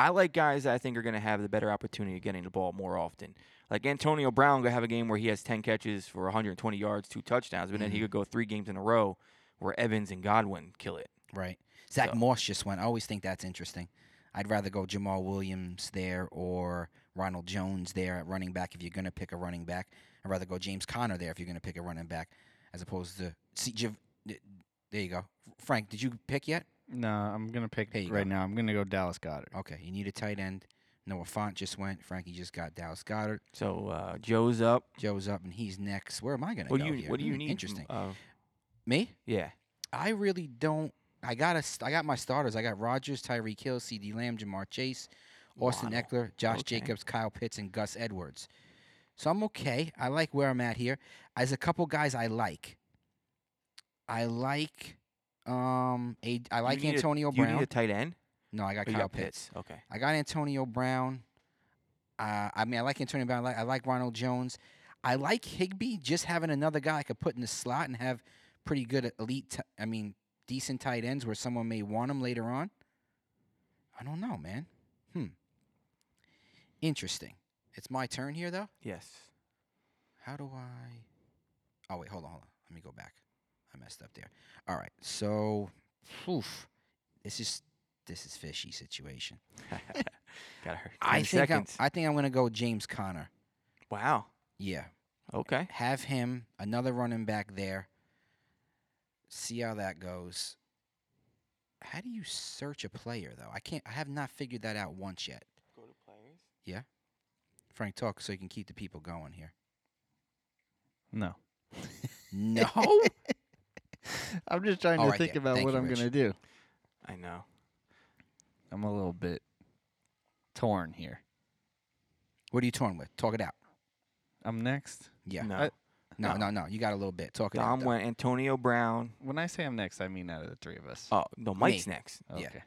Speaker 2: I like guys that I think are going to have the better opportunity of getting the ball more often. Like Antonio Brown going to have a game where he has 10 catches for 120 yards, two touchdowns, but then
Speaker 1: Mm-hmm.
Speaker 2: he could go three games in a row where Evans and Godwin kill it.
Speaker 1: Right. Zach
Speaker 2: So-
Speaker 1: Moss just went. I always think that's interesting. I'd rather go Jamal Williams there or Ronald Jones there at running back if you're going to pick a running back. I'd rather go James Conner there if you're going to pick a running back as opposed to. See, Jav- there you go. Frank, did you pick yet?
Speaker 3: No, I'm gonna pick
Speaker 1: There you
Speaker 3: right
Speaker 1: go.
Speaker 3: now. I'm gonna go Dallas Goddard.
Speaker 1: Okay. You need a tight end. Noah Font just went. Frankie just got Dallas Goddard.
Speaker 2: So uh, Joe's up.
Speaker 1: Joe's up and he's next. Where am I going to
Speaker 2: What
Speaker 1: go
Speaker 2: do you
Speaker 1: here?
Speaker 2: What do you
Speaker 1: Hmm,
Speaker 2: need?
Speaker 1: Interesting.
Speaker 2: Uh,
Speaker 1: Me?
Speaker 2: yeah.
Speaker 1: I really don't. I got a. st- I got my starters. I got Rogers, Tyreek Hill, C.D. Lamb, Jamar Chase, Austin
Speaker 2: Waddle.
Speaker 1: Eckler, Josh
Speaker 2: Okay.
Speaker 1: Jacobs, Kyle Pitts, and Gus Edwards. So I'm okay. I like where I'm at here. As a couple guys, I like. I like. Um, a, I
Speaker 2: You
Speaker 1: like
Speaker 2: need a-
Speaker 1: Antonio
Speaker 2: you
Speaker 1: Brown.
Speaker 2: need a tight end.
Speaker 1: no, I got
Speaker 2: Or you
Speaker 1: Kyle
Speaker 2: got
Speaker 1: Pitts.
Speaker 2: Okay.
Speaker 1: I got Antonio Brown. Uh, I mean, I like Antonio Brown. I like, I like Ronald Jones. I like Higby. Just having another guy I could put in the slot and have pretty good elite. T- I mean, decent tight ends where someone may want them later on. I don't know, man. Hmm. Interesting. It's my turn here, though.
Speaker 2: Yes.
Speaker 1: How do I? Oh wait, hold on, hold on. Let me go back. I messed up there. All right, so, oof, this is this is fishy situation.
Speaker 2: Got her.
Speaker 1: I
Speaker 2: 10
Speaker 1: think I'm,
Speaker 2: seconds.
Speaker 1: I think I'm going to go James Conner.
Speaker 2: wow.
Speaker 1: Yeah,
Speaker 2: Okay.
Speaker 1: have him another running back there. See how that goes. How do you search a player though? I can't. I have not figured that out once yet.
Speaker 2: Go to players.
Speaker 1: Frank, talk so you can keep the people going here.
Speaker 3: No,
Speaker 1: No.
Speaker 3: I'm just trying
Speaker 1: All
Speaker 3: to
Speaker 1: right,
Speaker 3: think
Speaker 1: Dan.
Speaker 3: about
Speaker 1: Thank
Speaker 3: what
Speaker 1: you,
Speaker 3: I'm
Speaker 1: Rich.
Speaker 3: gonna do.
Speaker 2: I know.
Speaker 3: I'm a little bit torn here.
Speaker 1: what are you torn with? Talk it out.
Speaker 3: I'm next.
Speaker 1: Yeah. Uh,
Speaker 2: No.
Speaker 1: No,
Speaker 3: I-
Speaker 1: no,
Speaker 2: no.
Speaker 1: no. You got a little bit. Talk it out.
Speaker 2: Dom
Speaker 1: though.
Speaker 2: went Antonio Brown.
Speaker 3: When I say I'm next, I mean out of the three of us.
Speaker 2: Oh no, Mike's next.
Speaker 1: yeah.
Speaker 3: Okay.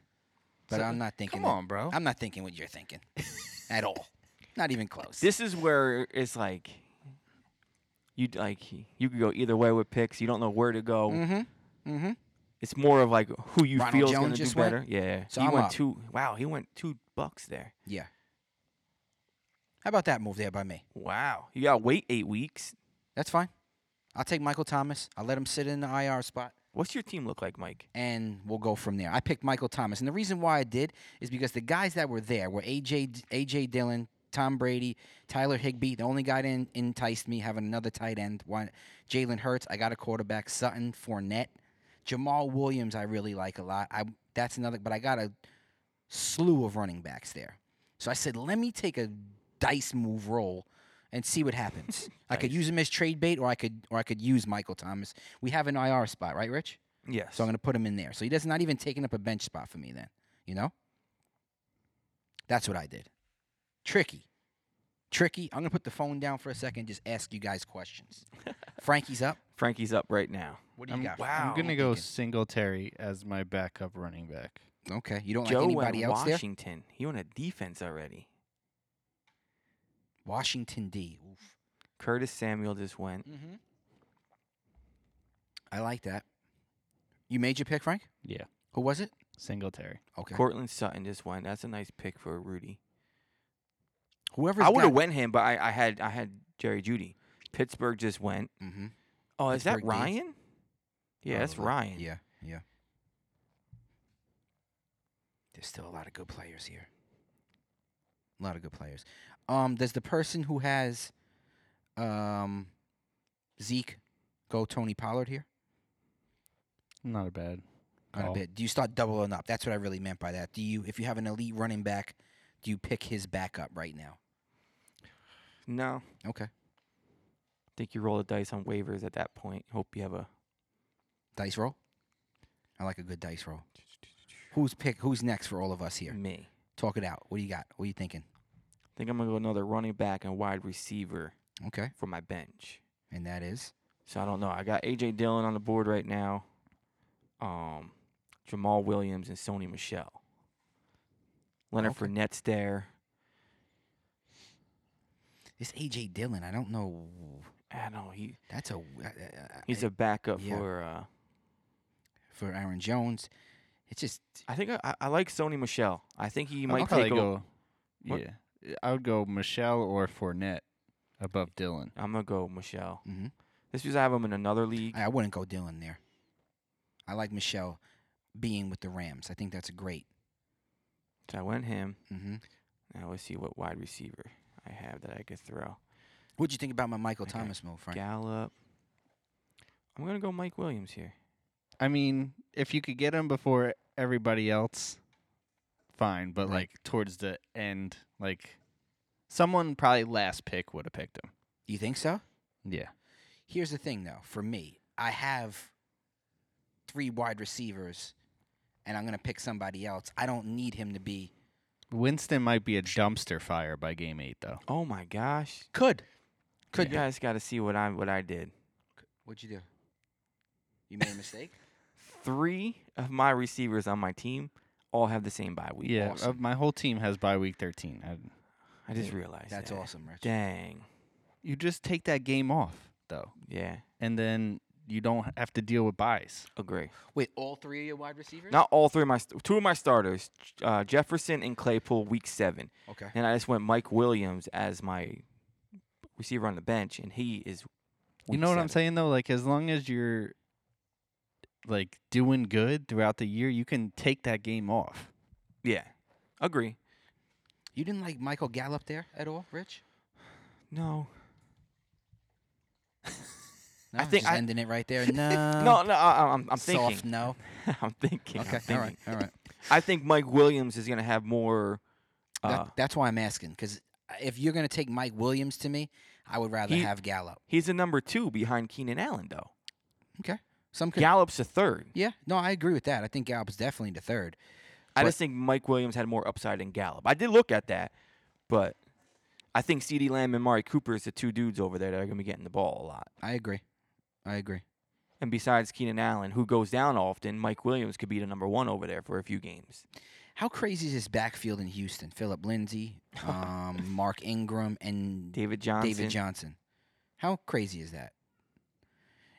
Speaker 1: But
Speaker 3: So-
Speaker 1: I'm not thinking.
Speaker 3: Come
Speaker 1: that-
Speaker 3: on, bro.
Speaker 1: I'm not thinking what you're thinking, at all. Not even close.
Speaker 2: This is where it's like you like you could go either way with picks. You don't know where to go.
Speaker 1: Mm-hmm. Mm-hmm.
Speaker 2: It's more of like who you
Speaker 1: Ronald
Speaker 2: feel is
Speaker 1: Jones
Speaker 2: going to do
Speaker 1: just went?
Speaker 2: better. Yeah.
Speaker 1: So
Speaker 2: he
Speaker 1: I'm
Speaker 2: went
Speaker 1: up.
Speaker 2: two. Wow, he went two bucks there.
Speaker 1: Yeah. How about that move there by me?
Speaker 2: Wow. You got to wait eight weeks.
Speaker 1: That's fine. I'll take Michael Thomas. I'll let him sit in the IR spot,
Speaker 2: What's your team look like, Mike?
Speaker 1: and we'll go from there. I picked Michael Thomas, and the reason why I did is because the guys that were there were AJ D- AJ Dillon, Tom Brady, Tyler Higbee. The only guy that en- enticed me having another tight end. One, Jalen Hurts. I got a quarterback, Sutton, Fournette, Jamal Williams. I really like a lot. I that's another, but I got a slew of running backs there. So I said, let me take a dice move roll and see what happens. I could
Speaker 2: Nice.
Speaker 1: use him as trade bait, or I could, or I could use Michael Thomas. We have an IR spot, right, Rich?
Speaker 2: Yes.
Speaker 1: So I'm going to put him in there. So he does not even taking up a bench spot for me. Then you know, that's what I did. Tricky, tricky. I'm going to put the phone down for a second. Just ask you guys questions. Frankie's up.
Speaker 2: Frankie's up right now.
Speaker 1: What do you
Speaker 3: I'm,
Speaker 1: got?
Speaker 2: Wow.
Speaker 3: I'm gonna
Speaker 1: I'm
Speaker 3: go
Speaker 1: thinking.
Speaker 3: Singletary as my backup running back.
Speaker 1: Okay, you don't
Speaker 2: Joe
Speaker 1: like
Speaker 2: went
Speaker 1: anybody else there.
Speaker 2: Washington. He on a defense already.
Speaker 1: Washington D. Oof.
Speaker 2: Curtis Samuel just went.
Speaker 1: Mm-hmm. I like that. You made your pick, Frank.
Speaker 3: Yeah,
Speaker 1: Who was it?
Speaker 3: Singletary.
Speaker 1: Okay.
Speaker 2: Cortland Sutton just went. That's a nice pick for Rudy.
Speaker 1: Whoever's
Speaker 2: I would have
Speaker 1: got-
Speaker 2: went him, but I, I had I had Jerry Judy. Pittsburgh just went.
Speaker 1: Mhm.
Speaker 2: Oh, is that
Speaker 1: Pittsburgh Deeds.
Speaker 2: Ryan? Yeah, that's
Speaker 1: Probably.
Speaker 2: Ryan.
Speaker 1: Oh, Yeah, yeah. There's still a lot of good players here. A lot of good players. Um, does the person who has um, Zeke go Tony Pollard here?
Speaker 3: Not a bad.
Speaker 1: Not a
Speaker 3: call.
Speaker 1: bit. Do you start doubling up? That's what I really meant by that. Do you, if you have an elite running back, do you pick his backup right now?
Speaker 2: No,
Speaker 1: Okay.
Speaker 2: I think you roll the dice on waivers at that point. Hope you have a
Speaker 1: Dice roll? I like a good dice roll. Who's pick who's next for all of us here?
Speaker 2: me.
Speaker 1: Talk it out. What do you got? What are you thinking?
Speaker 2: I think I'm gonna go another running back and wide receiver
Speaker 1: Okay.
Speaker 2: for my bench.
Speaker 1: And that is
Speaker 2: So I don't know. I got AJ Dillon on the board right now, um, Jamal Williams and Sony Michelle. Leonard
Speaker 1: Okay.
Speaker 2: Fournette's there.
Speaker 1: this AJ Dillon. I don't know.
Speaker 2: I don't know he
Speaker 1: That's a I- I- I-
Speaker 2: he's a backup
Speaker 1: yeah.
Speaker 2: for. Uh,
Speaker 1: for Aaron Jones. It's just
Speaker 2: I think I, I- I like Sony Michelle. I think he might
Speaker 3: probably
Speaker 2: take. o-
Speaker 3: go.
Speaker 2: What?
Speaker 3: Yeah, I would go Michelle or Fournette above Dylan.
Speaker 2: I'm gonna go Michelle.
Speaker 1: mhm.
Speaker 2: This is I have him in another league.
Speaker 1: I, I wouldn't go Dillon there. I like Michelle being with the Rams. I think that's great.
Speaker 2: So I went him.
Speaker 1: hmm
Speaker 2: Now let's see what wide receiver I have that I could throw.
Speaker 1: What'd you think about my Michael
Speaker 2: Okay.
Speaker 1: Thomas move, Frank?
Speaker 2: Gallup. I'm gonna go Mike Williams here.
Speaker 3: I mean, if you could get him before everybody else, fine. But
Speaker 1: Right.
Speaker 3: like towards the end, like someone probably last pick would have picked him.
Speaker 1: You think so?
Speaker 3: Yeah.
Speaker 1: Here's the thing, though. For me, I have three wide receivers, and I'm going to pick somebody else. I don't need him to be.
Speaker 3: Winston might be a dumpster fire by game eight, though.
Speaker 2: Oh my gosh.
Speaker 1: Could. Could
Speaker 2: you guys got to see what I what I did.
Speaker 1: What'd you do? You made a mistake?
Speaker 2: Three of my receivers on my team all have the same bye week.
Speaker 3: Yeah, oh, uh,
Speaker 1: awesome.
Speaker 3: my whole team has by week thirteen. I,
Speaker 2: I just realized.
Speaker 1: That's
Speaker 2: that.
Speaker 1: awesome, Rich.
Speaker 2: Dang.
Speaker 3: you just take that game off though,
Speaker 2: Yeah.
Speaker 3: and then you don't have to deal with buys.
Speaker 2: Agree.
Speaker 1: Wait, all three of your wide receivers?
Speaker 2: Not all three of my st- two of my starters, uh, Jefferson and Claypool, week seven,
Speaker 1: Okay.
Speaker 2: and I just went Mike Williams as my receiver on the bench, and he is.
Speaker 3: You
Speaker 2: week
Speaker 3: know what I'm
Speaker 2: seven.
Speaker 3: saying though? Like as long as you're like doing good throughout the year, you can take that game off.
Speaker 2: Yeah. Agree.
Speaker 1: You didn't like Michael Gallup there at all, Rich?
Speaker 2: No.
Speaker 1: No,
Speaker 2: think
Speaker 1: just
Speaker 2: I-
Speaker 1: ending it right there. No.
Speaker 2: No. No. I, I- I'm. I'm
Speaker 1: Um, Soft
Speaker 2: thinking.
Speaker 1: no.
Speaker 2: I'm thinking. I'm
Speaker 1: Okay. All right. All
Speaker 2: thinking.
Speaker 1: right.
Speaker 2: I think Mike Williams is gonna have more. Uh,
Speaker 1: That, that's why I'm asking, because if you're going to take Mike Williams to me, I would rather
Speaker 2: He-
Speaker 1: have Gallup.
Speaker 2: he's a number two behind Keenan Allen, though.
Speaker 1: Some could
Speaker 2: Gallup's a third.
Speaker 1: Yeah, no, I agree with that. I think Gallup's definitely the third.
Speaker 2: I
Speaker 1: But-
Speaker 2: just think Mike Williams had more upside than Gallup. I did look at that, but I think CeeDee Lamb and Mari Cooper is the two dudes over there that are going to be getting the ball a lot.
Speaker 1: I agree. I agree.
Speaker 2: And besides Keenan Allen, who goes down often, Mike Williams could be the number one over there for a few games.
Speaker 1: How crazy is this backfield in Houston? Philip Lindsay, um, Mark Ingram, and
Speaker 2: David Johnson.
Speaker 1: David Johnson. How crazy is that?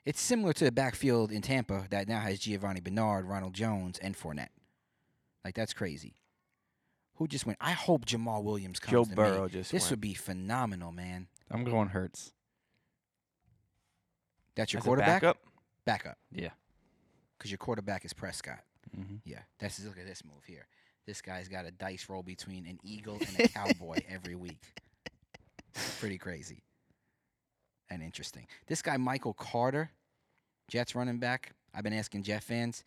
Speaker 1: It's similar to the backfield in Tampa that now has Giovanni Bernard, Ronald Jones, and Fournette. Like that's crazy. Who just went? I hope Jamal Williams comes.
Speaker 2: Joe
Speaker 1: to me.
Speaker 2: Burrow just
Speaker 1: This
Speaker 2: went.
Speaker 1: would be phenomenal, man.
Speaker 3: I'm going Hurts.
Speaker 1: That's your
Speaker 2: As a
Speaker 1: quarterback.
Speaker 2: backup.
Speaker 1: Backup,
Speaker 3: Yeah.
Speaker 1: because your quarterback is Prescott.
Speaker 3: Mm-hmm.
Speaker 1: Yeah, that's look at this move here. This guy's got a dice roll between an eagle and a cowboy every week. Pretty crazy and interesting. This guy Michael Carter, Jets running back. I've been asking Jet fans.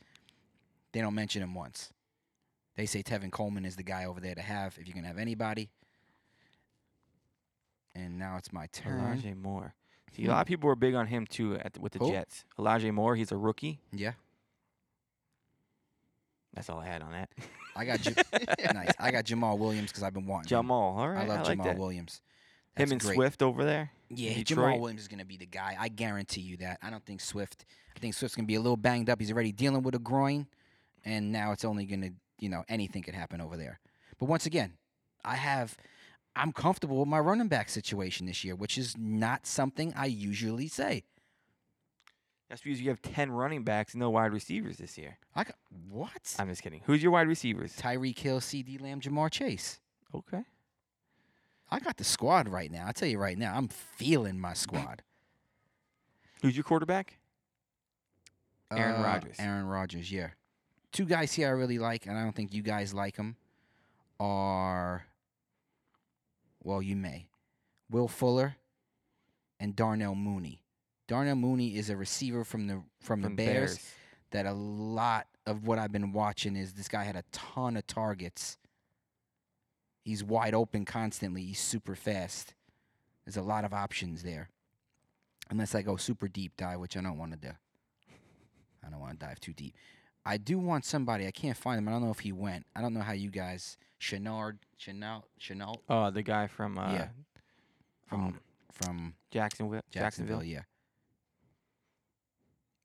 Speaker 1: They don't mention him once. They say Tevin Coleman is the guy over there to have if you can have anybody. And now it's my turn.
Speaker 2: Elijah Moore. See, a lot of people were big on him too at the, with the
Speaker 1: Hmm. Who?
Speaker 2: Jets. Elijah Moore, he's a rookie.
Speaker 1: Yeah,
Speaker 2: That's all I had on that.
Speaker 1: I got Ju- nice. I got Jamal Williams because I've been wanting. him.
Speaker 2: Jamal, all right,
Speaker 1: I love
Speaker 2: like
Speaker 1: Jamal
Speaker 2: that.
Speaker 1: Williams. That's
Speaker 2: Him and
Speaker 1: great.
Speaker 2: Swift over there.
Speaker 1: Yeah,
Speaker 2: in
Speaker 1: Jamal
Speaker 2: Detroit.
Speaker 1: Williams is going to be the guy. I guarantee you that. I don't think Swift. I think Swift's going to be a little banged up. He's already dealing with a groin, and now it's only going to you know anything could happen over there. But once again, I have. I'm comfortable with my running back situation this year, which is not something I usually say.
Speaker 2: That's because you have ten running backs, and no wide receivers this year.
Speaker 1: I got, what?
Speaker 2: I'm just kidding. Who's your wide receivers?
Speaker 1: Tyreek Hill, C.D. Lamb, Jamar Chase.
Speaker 2: Okay.
Speaker 1: I got the squad right now. I tell you right now, I'm feeling my squad.
Speaker 2: Who's your quarterback? Aaron
Speaker 1: Uh,
Speaker 2: Rodgers.
Speaker 1: Aaron Rodgers, yeah. Two guys here I really like, and I don't think you guys like them, are, well, you may, Will Fuller and Darnell Mooney. Darnell Mooney is a receiver from the from, the Bears, that a lot of what I've been watching is this guy had a ton of targets He's wide open constantly. He's super fast. There's a lot of options there. Unless I go super deep dive, which I don't want to do. I don't want to dive too deep. I do want somebody. I can't find him. I don't know if he went. I don't know how you guys. Chenard, Chenault, Chenault
Speaker 2: Uh, the guy from uh,
Speaker 1: Yeah. from
Speaker 2: um,
Speaker 1: from
Speaker 2: Jacksonville.
Speaker 1: Jacksonville.
Speaker 2: Jacksonville.
Speaker 1: Yeah.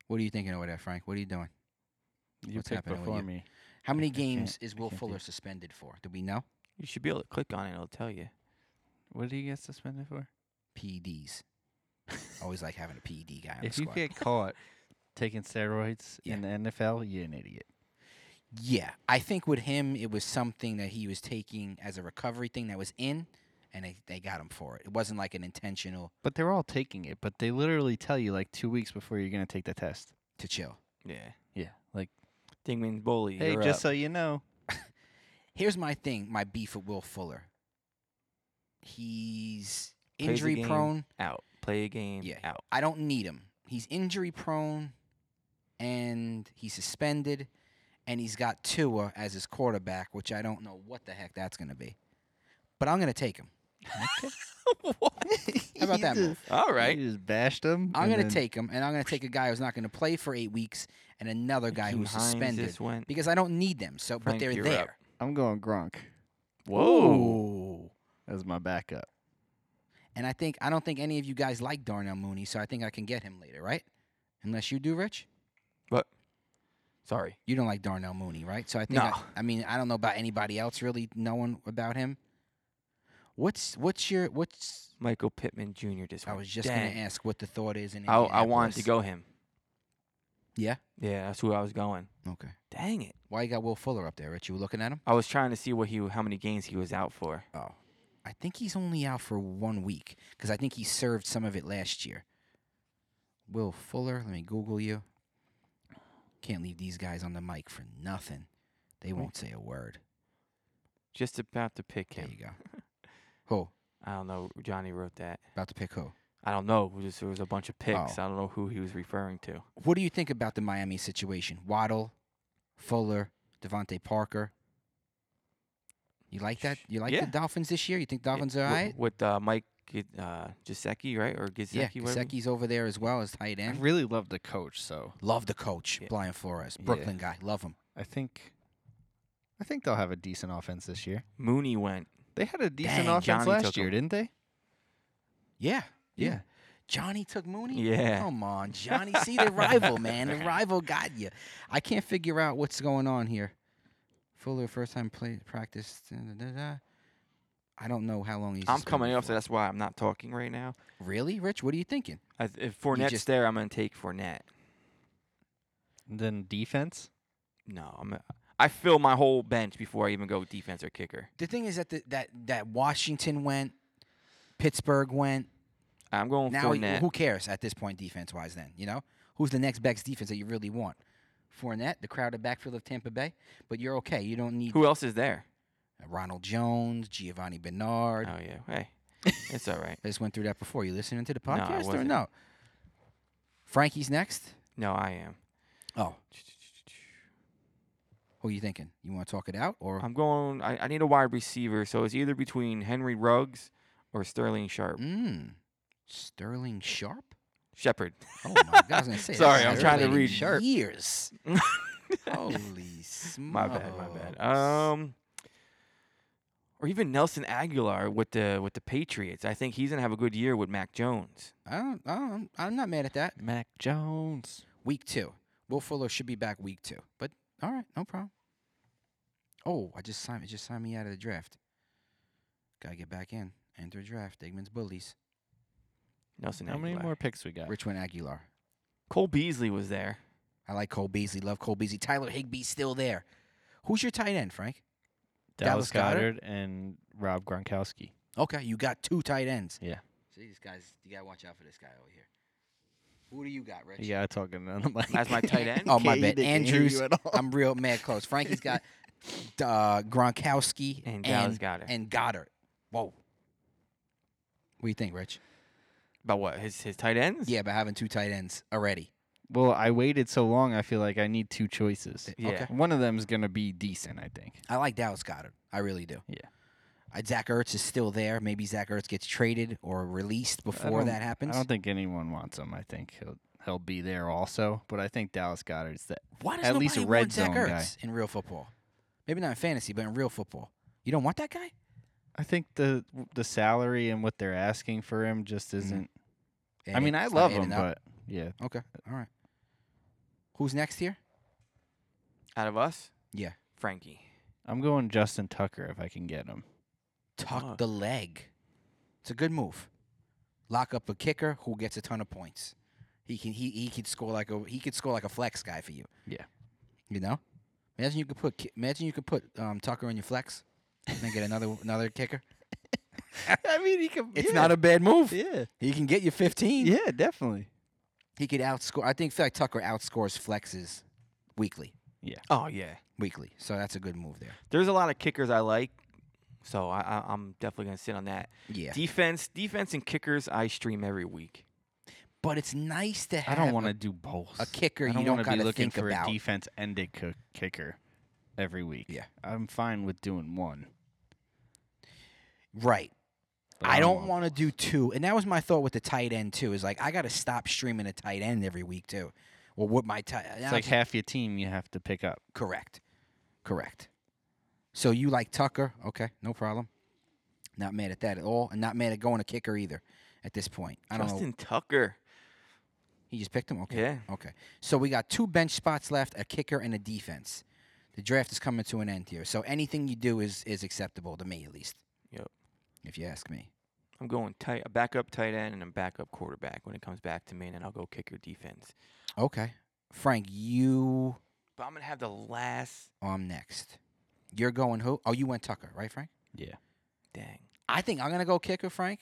Speaker 1: What are you thinking over there, Frank? What are you doing?
Speaker 3: You
Speaker 1: What's
Speaker 3: picked
Speaker 1: happening with
Speaker 3: before
Speaker 1: you?
Speaker 3: me.
Speaker 1: How many
Speaker 3: I can't-
Speaker 1: games is
Speaker 3: I
Speaker 1: Will
Speaker 3: can't do
Speaker 1: Fuller
Speaker 3: it.
Speaker 1: suspended for? Do we know?
Speaker 2: You should be able to click on it. It'll tell you.
Speaker 3: What did he get suspended for?
Speaker 1: PEDs. E Always like having a PED guy on the
Speaker 3: If you
Speaker 1: squad.
Speaker 3: get caught taking steroids
Speaker 1: Yeah.
Speaker 3: in the NFL, you're an idiot.
Speaker 1: yeah, I think with him, it was something that he was taking as a recovery thing that was in, and they, they got him for it. It wasn't like an intentional
Speaker 3: But they're all taking it, but they literally tell you like two weeks before you're gonna take the test.
Speaker 1: to chill.
Speaker 2: Yeah.
Speaker 3: Yeah. Like
Speaker 2: Dingman's bully.
Speaker 3: hey,
Speaker 2: you're
Speaker 3: just
Speaker 2: up.
Speaker 3: so you know.
Speaker 1: Here's my thing, my beef with Will Fuller. He's
Speaker 2: Plays the
Speaker 1: injury
Speaker 2: game.
Speaker 1: prone.
Speaker 2: out. Play a game.
Speaker 1: Yeah.
Speaker 2: Out.
Speaker 1: I don't need him. He's injury prone and he's suspended and he's got Tua as his quarterback, which I don't know what the heck that's going to be. But I'm going to take him. How about
Speaker 3: You
Speaker 1: that
Speaker 3: just-
Speaker 1: move?
Speaker 2: All right.
Speaker 3: You just bashed him.
Speaker 1: I'm
Speaker 3: and
Speaker 1: going
Speaker 3: then-
Speaker 1: to take him and I'm going to take a guy who's not going to play for 8 weeks and another guy
Speaker 2: Hakeem
Speaker 1: who's
Speaker 2: Hines
Speaker 1: suspended
Speaker 2: just went-
Speaker 1: because I don't need them. So
Speaker 2: Frank,
Speaker 1: but they're
Speaker 2: you're up.
Speaker 1: there.
Speaker 3: I'm going Gronk
Speaker 2: Whoa.
Speaker 1: Ooh.
Speaker 3: as my backup.
Speaker 1: And I think I don't think any of you guys like Darnell Mooney, so I think I can get him later, right? Unless you do, Rich.
Speaker 2: But sorry.
Speaker 1: You don't like Darnell Mooney, right? So I think I,
Speaker 2: No.
Speaker 1: I mean I don't know about anybody else really knowing about him. What's what's your what's
Speaker 2: Michael Pittman Jr. just
Speaker 1: I
Speaker 2: went
Speaker 1: was just
Speaker 2: dang.
Speaker 1: gonna ask what the thought is in
Speaker 2: I, I wanted to
Speaker 1: Indianapolis.
Speaker 2: go him.
Speaker 1: Yeah.
Speaker 2: Yeah, that's who I was going.
Speaker 1: Okay.
Speaker 2: Dang it.
Speaker 1: Why you got Will Fuller up there, Rich? You were looking at him?
Speaker 2: I was trying to see what he how many games he was out for.
Speaker 1: Oh. I think he's only out for one week because I think he served some of it last year. Will Fuller, let me Google you. Can't leave these guys on the mic for nothing. They won't say a word.
Speaker 2: Just about to pick
Speaker 1: There
Speaker 2: him.
Speaker 1: you go. Who?
Speaker 2: I don't know. Johnny wrote that.
Speaker 1: About to pick who?
Speaker 2: I don't know. It was just- there was a bunch of picks.
Speaker 1: Oh.
Speaker 2: I don't know who he was referring to.
Speaker 1: What do you think about the Miami situation? Waddle, Fuller, Devontae Parker. You like that? You like
Speaker 2: Yeah.
Speaker 1: the Dolphins this year? You think
Speaker 2: Yeah,
Speaker 1: Dolphins
Speaker 2: wi-
Speaker 1: are all right?
Speaker 2: With uh, Mike Gi- uh, Gisecki, right? Or Gisecki?
Speaker 1: Yeah,
Speaker 2: whatever.
Speaker 1: Gasecki's over there as well as tight
Speaker 3: I
Speaker 1: end.
Speaker 3: really love the coach, so
Speaker 1: Love the coach,
Speaker 2: Yeah.
Speaker 1: Brian Flores,
Speaker 3: Yeah.
Speaker 1: Brooklyn guy. Love him.
Speaker 3: I think I think they'll have a decent offense this year.
Speaker 2: Mooney went.
Speaker 3: They had a decent
Speaker 1: Dang,
Speaker 3: offense
Speaker 2: Johnny took
Speaker 3: last year,
Speaker 2: him.
Speaker 3: didn't they?
Speaker 1: Yeah, yeah.
Speaker 3: Yeah.
Speaker 1: Johnny took Mooney.
Speaker 2: Yeah.
Speaker 1: Come on, Johnny. See the rival, man. The rival got you. I can't figure out what's going on here. Fuller first time play practice. da, da, da, da. I don't know how long he's.
Speaker 2: I'm
Speaker 1: suspended
Speaker 2: coming up,
Speaker 1: for.
Speaker 2: so that's why I'm not talking right now.
Speaker 1: Really, Rich? What are you thinking?
Speaker 2: I, th- if Fournette's
Speaker 1: just-
Speaker 2: there, I'm gonna take Fournette.
Speaker 3: And then defense.
Speaker 2: No, I'm. I fill my whole bench before I even go defense or kicker.
Speaker 1: The thing is that the, that that Washington went, Pittsburgh went.
Speaker 2: I'm going
Speaker 1: Now
Speaker 2: Fournette.
Speaker 1: who cares at this point defense wise? Then you know who's the next best defense that you really want? Fournette, the crowded backfield of Tampa Bay. But you're okay. You don't need
Speaker 2: Who else is there?
Speaker 1: Ronald Jones, Giovanni Bernard.
Speaker 2: Oh yeah, hey, it's all right.
Speaker 1: I just went through that before. You listening to the
Speaker 2: I
Speaker 1: podcast or
Speaker 2: wasn't.
Speaker 1: no? Frankie's next.
Speaker 2: No, I am.
Speaker 1: Oh, who you thinking? You want to talk it out or?
Speaker 2: I'm going. I, I need a wide receiver, so it's either between Henry Ruggs or Sterling Sharp.
Speaker 1: Mm, Sterling Sharp.
Speaker 2: Shepard.
Speaker 1: Oh my god! I was gonna say. that
Speaker 2: Sorry,
Speaker 1: guy
Speaker 2: I'm
Speaker 1: has
Speaker 2: trying to
Speaker 1: played in
Speaker 2: read.
Speaker 3: Sharp.
Speaker 1: Years. Holy smokes!
Speaker 2: My bad.
Speaker 1: Oh.
Speaker 2: My bad. Um, or even Nelson Aguilar with the with the Patriots. I think he's gonna have a good year with Mac Jones.
Speaker 1: I don't, I don't, I'm not mad at that.
Speaker 3: Mac Jones.
Speaker 1: Week two. Will Fuller should be back week two. But all right, no problem. Oh, I just signed. It just signed me out of the draft. Gotta get back in. Enter draft. Digman's bullies.
Speaker 2: Nelson
Speaker 3: How
Speaker 2: Aguilar.
Speaker 3: many more picks we got?
Speaker 1: Richmond Aguilar.
Speaker 2: Cole Beasley was there.
Speaker 1: I like Cole Beasley. Love Cole Beasley. Tyler Higby's still there. Who's your tight end, Frank? Dallas Goddard?
Speaker 3: and Rob Gronkowski.
Speaker 1: Okay, you got two tight ends.
Speaker 3: Yeah.
Speaker 1: See, this guy's. You gotta watch out for this guy over here. Who do you got, Rich?
Speaker 3: Yeah, talking on the mic.
Speaker 2: That's my tight end.
Speaker 1: Oh my
Speaker 3: Can't-
Speaker 1: bad,
Speaker 3: they can't hear
Speaker 1: Andrews.
Speaker 3: you at all.
Speaker 1: I'm real mad close. Frankie's got uh, Gronkowski
Speaker 2: And
Speaker 1: and
Speaker 2: Dallas Goddard.
Speaker 1: and Goddard. Whoa. What do you think, Rich?
Speaker 2: About what? His his tight ends?
Speaker 1: Yeah, but having two tight ends already.
Speaker 3: Well, I waited so long. I feel like I need two choices.
Speaker 2: Yeah.
Speaker 1: Okay.
Speaker 3: One of them's gonna be decent, I think.
Speaker 1: I like Dallas Goddard. I really do.
Speaker 3: Yeah.
Speaker 1: Uh, Zach Ertz is still there. Maybe Zach Ertz gets traded or released before
Speaker 3: don't-
Speaker 1: that
Speaker 3: I
Speaker 1: happens.
Speaker 3: don't think anyone wants him. I think he'll he'll be there also. But I think Dallas Goddard's that.
Speaker 1: Why does
Speaker 3: at
Speaker 1: nobody
Speaker 3: least a
Speaker 1: want
Speaker 3: red
Speaker 1: Zach
Speaker 3: zone
Speaker 1: Ertz
Speaker 3: guy.
Speaker 1: in real football? Maybe not in fantasy, but in real football, you don't want that guy.
Speaker 3: I think the the salary and what they're asking for him just isn't. I
Speaker 1: Adding-
Speaker 3: mean, I
Speaker 1: Mm, it's not
Speaker 3: love him,
Speaker 1: adding up.
Speaker 3: but yeah,
Speaker 1: okay, all right. Who's next here?
Speaker 2: Out of us?
Speaker 1: Yeah.
Speaker 2: Frankie.
Speaker 3: I'm going Justin Tucker if I can get him.
Speaker 1: Tuck
Speaker 2: Oh.
Speaker 1: the leg. It's a good move. Lock up a kicker who gets a ton of points. He can he, he could score like a he could score like a flex guy for you.
Speaker 3: Yeah.
Speaker 1: You know? Imagine you could put ki- imagine you could put um, Tucker in your flex and then get another another kicker.
Speaker 3: I mean, he can.
Speaker 1: It's not a bad move.
Speaker 3: Yeah,
Speaker 1: He can get you 15.
Speaker 3: yeah, definitely.
Speaker 1: He could outscore. I think feel like Tucker outscores flexes weekly.
Speaker 2: Oh yeah.
Speaker 1: Weekly. So that's a good move there.
Speaker 2: There's a lot of kickers I like, so I, I I'm definitely gonna sit on that.
Speaker 1: Yeah.
Speaker 2: Defense, defense, and kickers I stream every week.
Speaker 1: But it's nice to
Speaker 3: I
Speaker 1: have
Speaker 3: don't want
Speaker 1: a-
Speaker 3: to do both.
Speaker 1: a kicker
Speaker 3: I
Speaker 1: you
Speaker 3: don't
Speaker 1: don't
Speaker 3: wanna
Speaker 1: gotta
Speaker 3: be looking
Speaker 1: think
Speaker 3: for
Speaker 1: about.
Speaker 3: a defense and a cook kicker every week.
Speaker 1: Yeah.
Speaker 3: I'm fine with doing one.
Speaker 1: right.
Speaker 3: but
Speaker 1: I
Speaker 2: Um,
Speaker 1: don't want to do two. And that was my thought with the tight end too. Is like I got to stop streaming a tight end every week too. Well, what my tight?
Speaker 3: It's like half your team you have to pick up.
Speaker 1: correct, correct. So you like Tucker? Okay, no problem. Not mad at that at all, and not mad at going a kicker either. At this point, I don't know.
Speaker 2: Justin Tucker.
Speaker 1: He just picked him. Okay.
Speaker 2: Yeah.
Speaker 1: Okay. So we got two bench spots left, a kicker and a defense. The draft is coming to an end here. So anything you do is is acceptable to me at least.
Speaker 2: Yep.
Speaker 1: If you ask me.
Speaker 2: I'm going tight a backup tight end and a backup quarterback when it comes back to me, and then I'll go kicker defense.
Speaker 1: Okay. Frank, you
Speaker 2: But I'm gonna have the last
Speaker 1: I'm next. You're going who? Oh, you went Tucker, right, Frank?
Speaker 3: Yeah.
Speaker 2: dang.
Speaker 1: I think I'm gonna go kicker, Frank.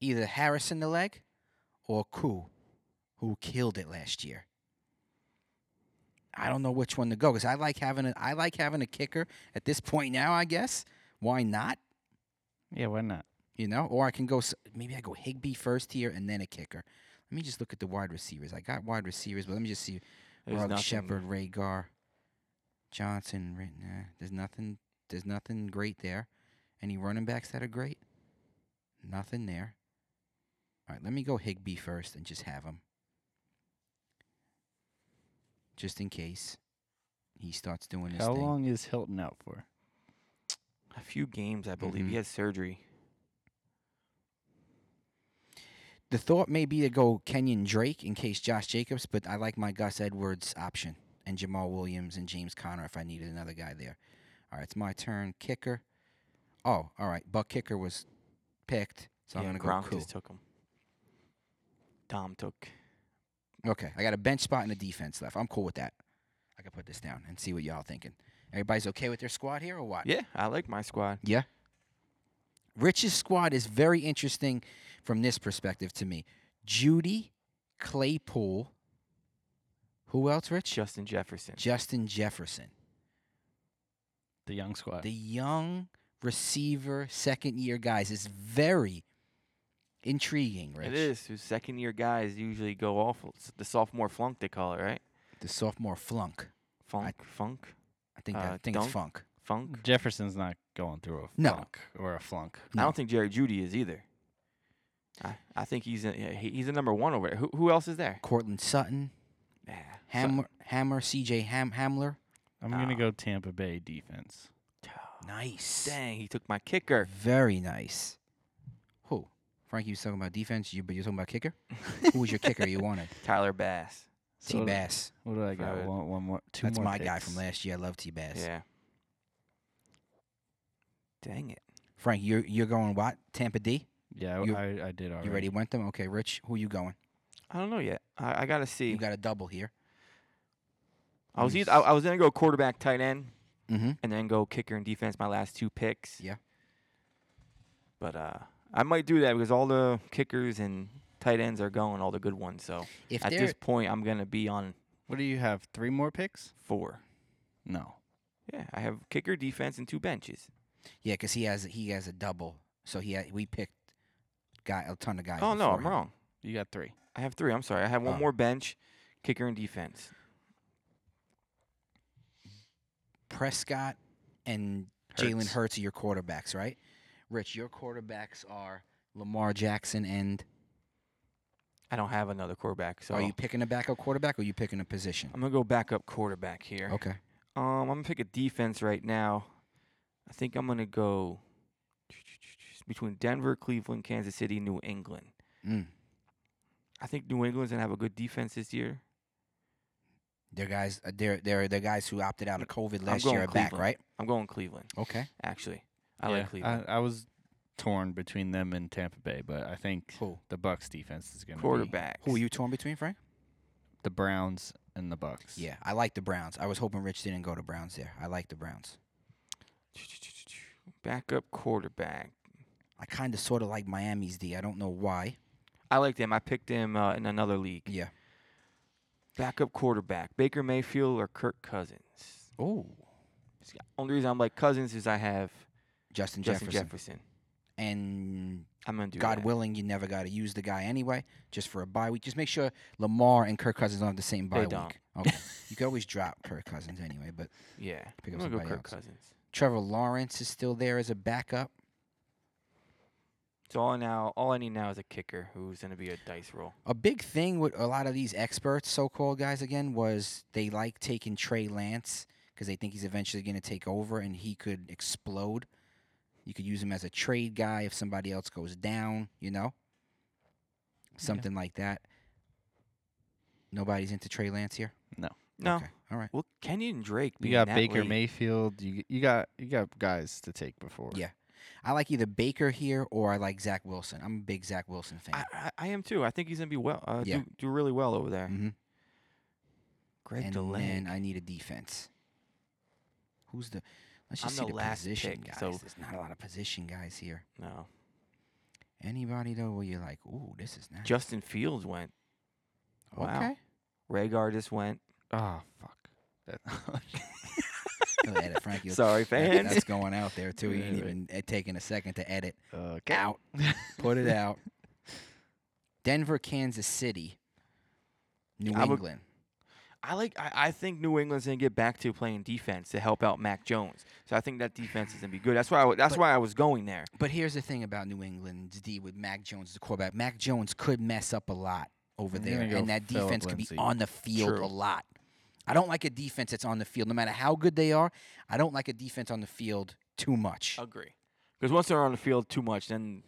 Speaker 1: Either Harrison the leg, or Koo, who killed it last year. I don't know which one to go because I like having a I like having a kicker at this point now. I guess why not?
Speaker 3: Yeah, why not?
Speaker 1: You know, or I can go s- maybe I go Higby first here and then a kicker. Let me just look at the wide receivers. I got wide receivers, but let me just see
Speaker 2: There's
Speaker 1: Ruggs,
Speaker 2: nothing-
Speaker 1: Shepard, Rhaegar, Johnson. Right nah, there's nothing. There's nothing great there. Any running backs that are great? Nothing there. All right, let me go Higby first and just have him, just in case he starts doing his
Speaker 3: How
Speaker 1: thing.
Speaker 3: long is Hilton out for?
Speaker 2: A few games, I believe.
Speaker 1: Mhm.
Speaker 2: He had surgery.
Speaker 1: The thought may be to go Kenyon Drake in case Josh Jacobs, but I like my Gus Edwards option and Jamal Williams and James Conner if I needed another guy there. All right, it's my turn. Kicker. Oh, all right. Buck kicker was picked, so
Speaker 2: yeah,
Speaker 1: I'm gonna
Speaker 2: Gronk
Speaker 1: go cool.
Speaker 2: just took him. Dom took.
Speaker 1: Okay, I got a bench spot and a defense left. I'm cool with that. I can put this down and see what y'all thinking. Everybody's okay with their squad here or what?
Speaker 2: Yeah, I like my squad.
Speaker 1: Rich's squad is very interesting from this perspective to me. Judy, Claypool. Who else, Rich?
Speaker 2: Justin Jefferson.
Speaker 1: Justin Jefferson.
Speaker 3: The young
Speaker 2: Uh.
Speaker 3: squad.
Speaker 1: The young receiver, second year guys is very intriguing, Rich.
Speaker 2: It is. Whose second year guys usually go off it's the sophomore flunk they call it, right?
Speaker 1: The sophomore flunk.
Speaker 2: Funk, funk,
Speaker 1: I think that,
Speaker 2: Uh,
Speaker 1: I think
Speaker 2: dunk?
Speaker 1: it's funk.
Speaker 2: funk.
Speaker 3: Jefferson's not going through a
Speaker 1: No.
Speaker 3: funk or a flunk.
Speaker 2: I
Speaker 1: No.
Speaker 2: don't think Jerry Judy is either. I, I think he's a, yeah, he- he's a number one over there. Who, who else is there? uh,
Speaker 1: Cortland Sutton,
Speaker 2: Yeah.
Speaker 1: Hammer, Hammer, CJ Ham, Hamler.
Speaker 3: I'm
Speaker 2: Ah.
Speaker 3: gonna go Tampa Bay defense.
Speaker 1: Nice.
Speaker 2: Dang, he took my kicker.
Speaker 1: Very nice. Who? Frank, you was talking about defense, you, but you're talking about kicker? Who was your kicker you wanted?
Speaker 2: Tyler Bass.
Speaker 1: T
Speaker 3: what, do-
Speaker 1: Bass.
Speaker 3: What do I got?
Speaker 2: Fred.
Speaker 3: One, one more. Two
Speaker 1: That's
Speaker 3: more
Speaker 1: my guy from
Speaker 3: picks.
Speaker 1: last year. I love T Bass.
Speaker 2: Yeah. Dang it.
Speaker 1: Frank, you're you're going what? Tampa D?
Speaker 3: Yeah,
Speaker 1: You-
Speaker 3: I, I, I did already.
Speaker 1: You already went them? Okay, Rich, who you going?
Speaker 2: I don't know yet. I, I gotta see.
Speaker 1: You got a double here.
Speaker 2: I was
Speaker 1: you
Speaker 2: either, I, I was gonna go quarterback, tight end,
Speaker 1: Mm-hmm.
Speaker 2: and then go kicker and defense. My last two picks.
Speaker 1: Yeah.
Speaker 2: But uh, I might do that because all the kickers and tight ends are going, all the good ones. So
Speaker 1: If
Speaker 2: at
Speaker 1: there,
Speaker 2: this point, I'm gonna be on
Speaker 3: What do you have? Three more picks?
Speaker 2: four.
Speaker 3: No.
Speaker 2: Yeah, I have kicker, defense, and two benches.
Speaker 1: yeah, because he has he has a double, so he had, we picked guy a ton of guys.
Speaker 2: Oh no,
Speaker 1: before
Speaker 2: I'm
Speaker 1: him.
Speaker 2: wrong.
Speaker 3: You got three.
Speaker 2: I have three. I'm sorry. I have one
Speaker 1: Oh.
Speaker 2: more bench, kicker, and defense.
Speaker 1: Prescott and Jalen
Speaker 3: Hurts.
Speaker 1: Hurts are your quarterbacks, right? Rich, your quarterbacks are Lamar Jackson and
Speaker 2: I don't have another quarterback, so
Speaker 1: are you picking a backup quarterback or are you picking a position?
Speaker 2: I'm gonna go backup quarterback here.
Speaker 1: Okay.
Speaker 2: Um, I'm gonna pick a defense right now. I think I'm gonna go between Denver, Cleveland, Kansas City, New England.
Speaker 1: Mm.
Speaker 2: I think New England's gonna have a good defense this year.
Speaker 1: They're guys uh, they're they're the guys who opted out of COVID last
Speaker 2: going
Speaker 1: year are back,
Speaker 2: Cleveland.
Speaker 1: right?
Speaker 2: I'm going Cleveland.
Speaker 1: Okay.
Speaker 2: Actually, I
Speaker 3: Yeah,
Speaker 2: like Cleveland.
Speaker 3: I, I was torn between them and Tampa Bay, but I think
Speaker 1: Who?
Speaker 3: the Bucks defense is going to
Speaker 2: Quarterback.
Speaker 1: Who are you torn between, Frank?
Speaker 3: the Browns and the Bucks.
Speaker 1: Yeah, I like the Browns. I was hoping Rich didn't go to Browns there. I like the Browns.
Speaker 2: Backup quarterback.
Speaker 1: I kind of sort of like Miami's D. I don't know why.
Speaker 2: I like them. I picked them uh, in another league.
Speaker 1: Yeah.
Speaker 2: Backup quarterback: Baker Mayfield or Kirk Cousins.
Speaker 1: Oh.
Speaker 2: It's the Only reason I'm like Cousins is I have
Speaker 1: Justin,
Speaker 2: Justin
Speaker 1: Jefferson.
Speaker 2: Jefferson.
Speaker 1: And
Speaker 2: I'm gonna do
Speaker 1: God
Speaker 2: that.
Speaker 1: willing, you never got to use the guy anyway, just for a bye week. Just make sure Lamar and Kirk Cousins don't have the same bye
Speaker 2: They
Speaker 1: week.
Speaker 2: don't.
Speaker 1: Okay. you could always drop Kirk Cousins anyway, but
Speaker 2: Yeah.
Speaker 1: Pick
Speaker 2: I'm
Speaker 1: up
Speaker 2: gonna go
Speaker 1: somebody
Speaker 2: Kirk
Speaker 1: else.
Speaker 2: Cousins.
Speaker 1: Trevor Lawrence is still there as a backup.
Speaker 2: So all now, all I need now is a kicker who's gonna be a dice roll.
Speaker 1: A big thing with a lot of these experts, so called guys again, was they like taking Trey Lance because they think he's eventually going to take over and he could explode. You could use him as a trade guy if somebody else goes down, you know? Something like that. Nobody's into Trey Lance here?
Speaker 2: No.
Speaker 1: Okay. All right.
Speaker 2: Well, Kenyon Drake.
Speaker 3: You
Speaker 2: being
Speaker 3: got
Speaker 2: that
Speaker 3: Baker
Speaker 2: late,
Speaker 3: Mayfield. You you got you got guys to take before.
Speaker 1: Yeah. I like either Baker here or I like Zach Wilson. I'm a big Zach Wilson fan.
Speaker 2: I, I, I am too. I think he's gonna be well. Uh,
Speaker 1: Yeah.
Speaker 2: do, do really well over there.
Speaker 1: Mhm.
Speaker 2: Greg
Speaker 1: and
Speaker 2: Delay.
Speaker 1: then I need a defense. Who's the? Let's
Speaker 2: I'm
Speaker 1: just
Speaker 2: the
Speaker 1: see the
Speaker 2: last
Speaker 1: position
Speaker 2: pick,
Speaker 1: guys.
Speaker 2: so-
Speaker 1: There's not a lot of position guys here.
Speaker 2: No.
Speaker 1: Anybody though, where you're like, ooh, this is nice.
Speaker 2: Justin Fields went. wow.
Speaker 1: Okay.
Speaker 2: Rhaegar just went.
Speaker 3: Oh fuck. That-
Speaker 1: He'll edit uh, Frankie.
Speaker 2: Sorry,
Speaker 1: That-
Speaker 2: fans.
Speaker 1: That's going out there too. He
Speaker 3: Right,
Speaker 1: ain't
Speaker 3: right.
Speaker 1: even uh, taking a second to edit
Speaker 3: okay.
Speaker 1: out. Put it out. Denver, Kansas City, New
Speaker 2: I would-
Speaker 1: England.
Speaker 2: I like. I, I think New England's gonna get back to playing defense to help out Mac Jones. So I think that defense is gonna be good. That's why. I, w- that's
Speaker 1: But-
Speaker 2: why I was going there.
Speaker 1: But here's the thing about New England's D with Mac Jones as the quarterback. Mac Jones could mess up a lot over
Speaker 3: I'm
Speaker 1: there,
Speaker 3: gonna go
Speaker 1: and that
Speaker 3: Philip
Speaker 1: defense could be
Speaker 3: Lindsay.
Speaker 1: on the field
Speaker 2: True.
Speaker 1: a lot. I don't like a defense that's on the field, no matter how good they are. I don't like a defense on the field too much.
Speaker 2: Agree. Because once they're on the field too much, then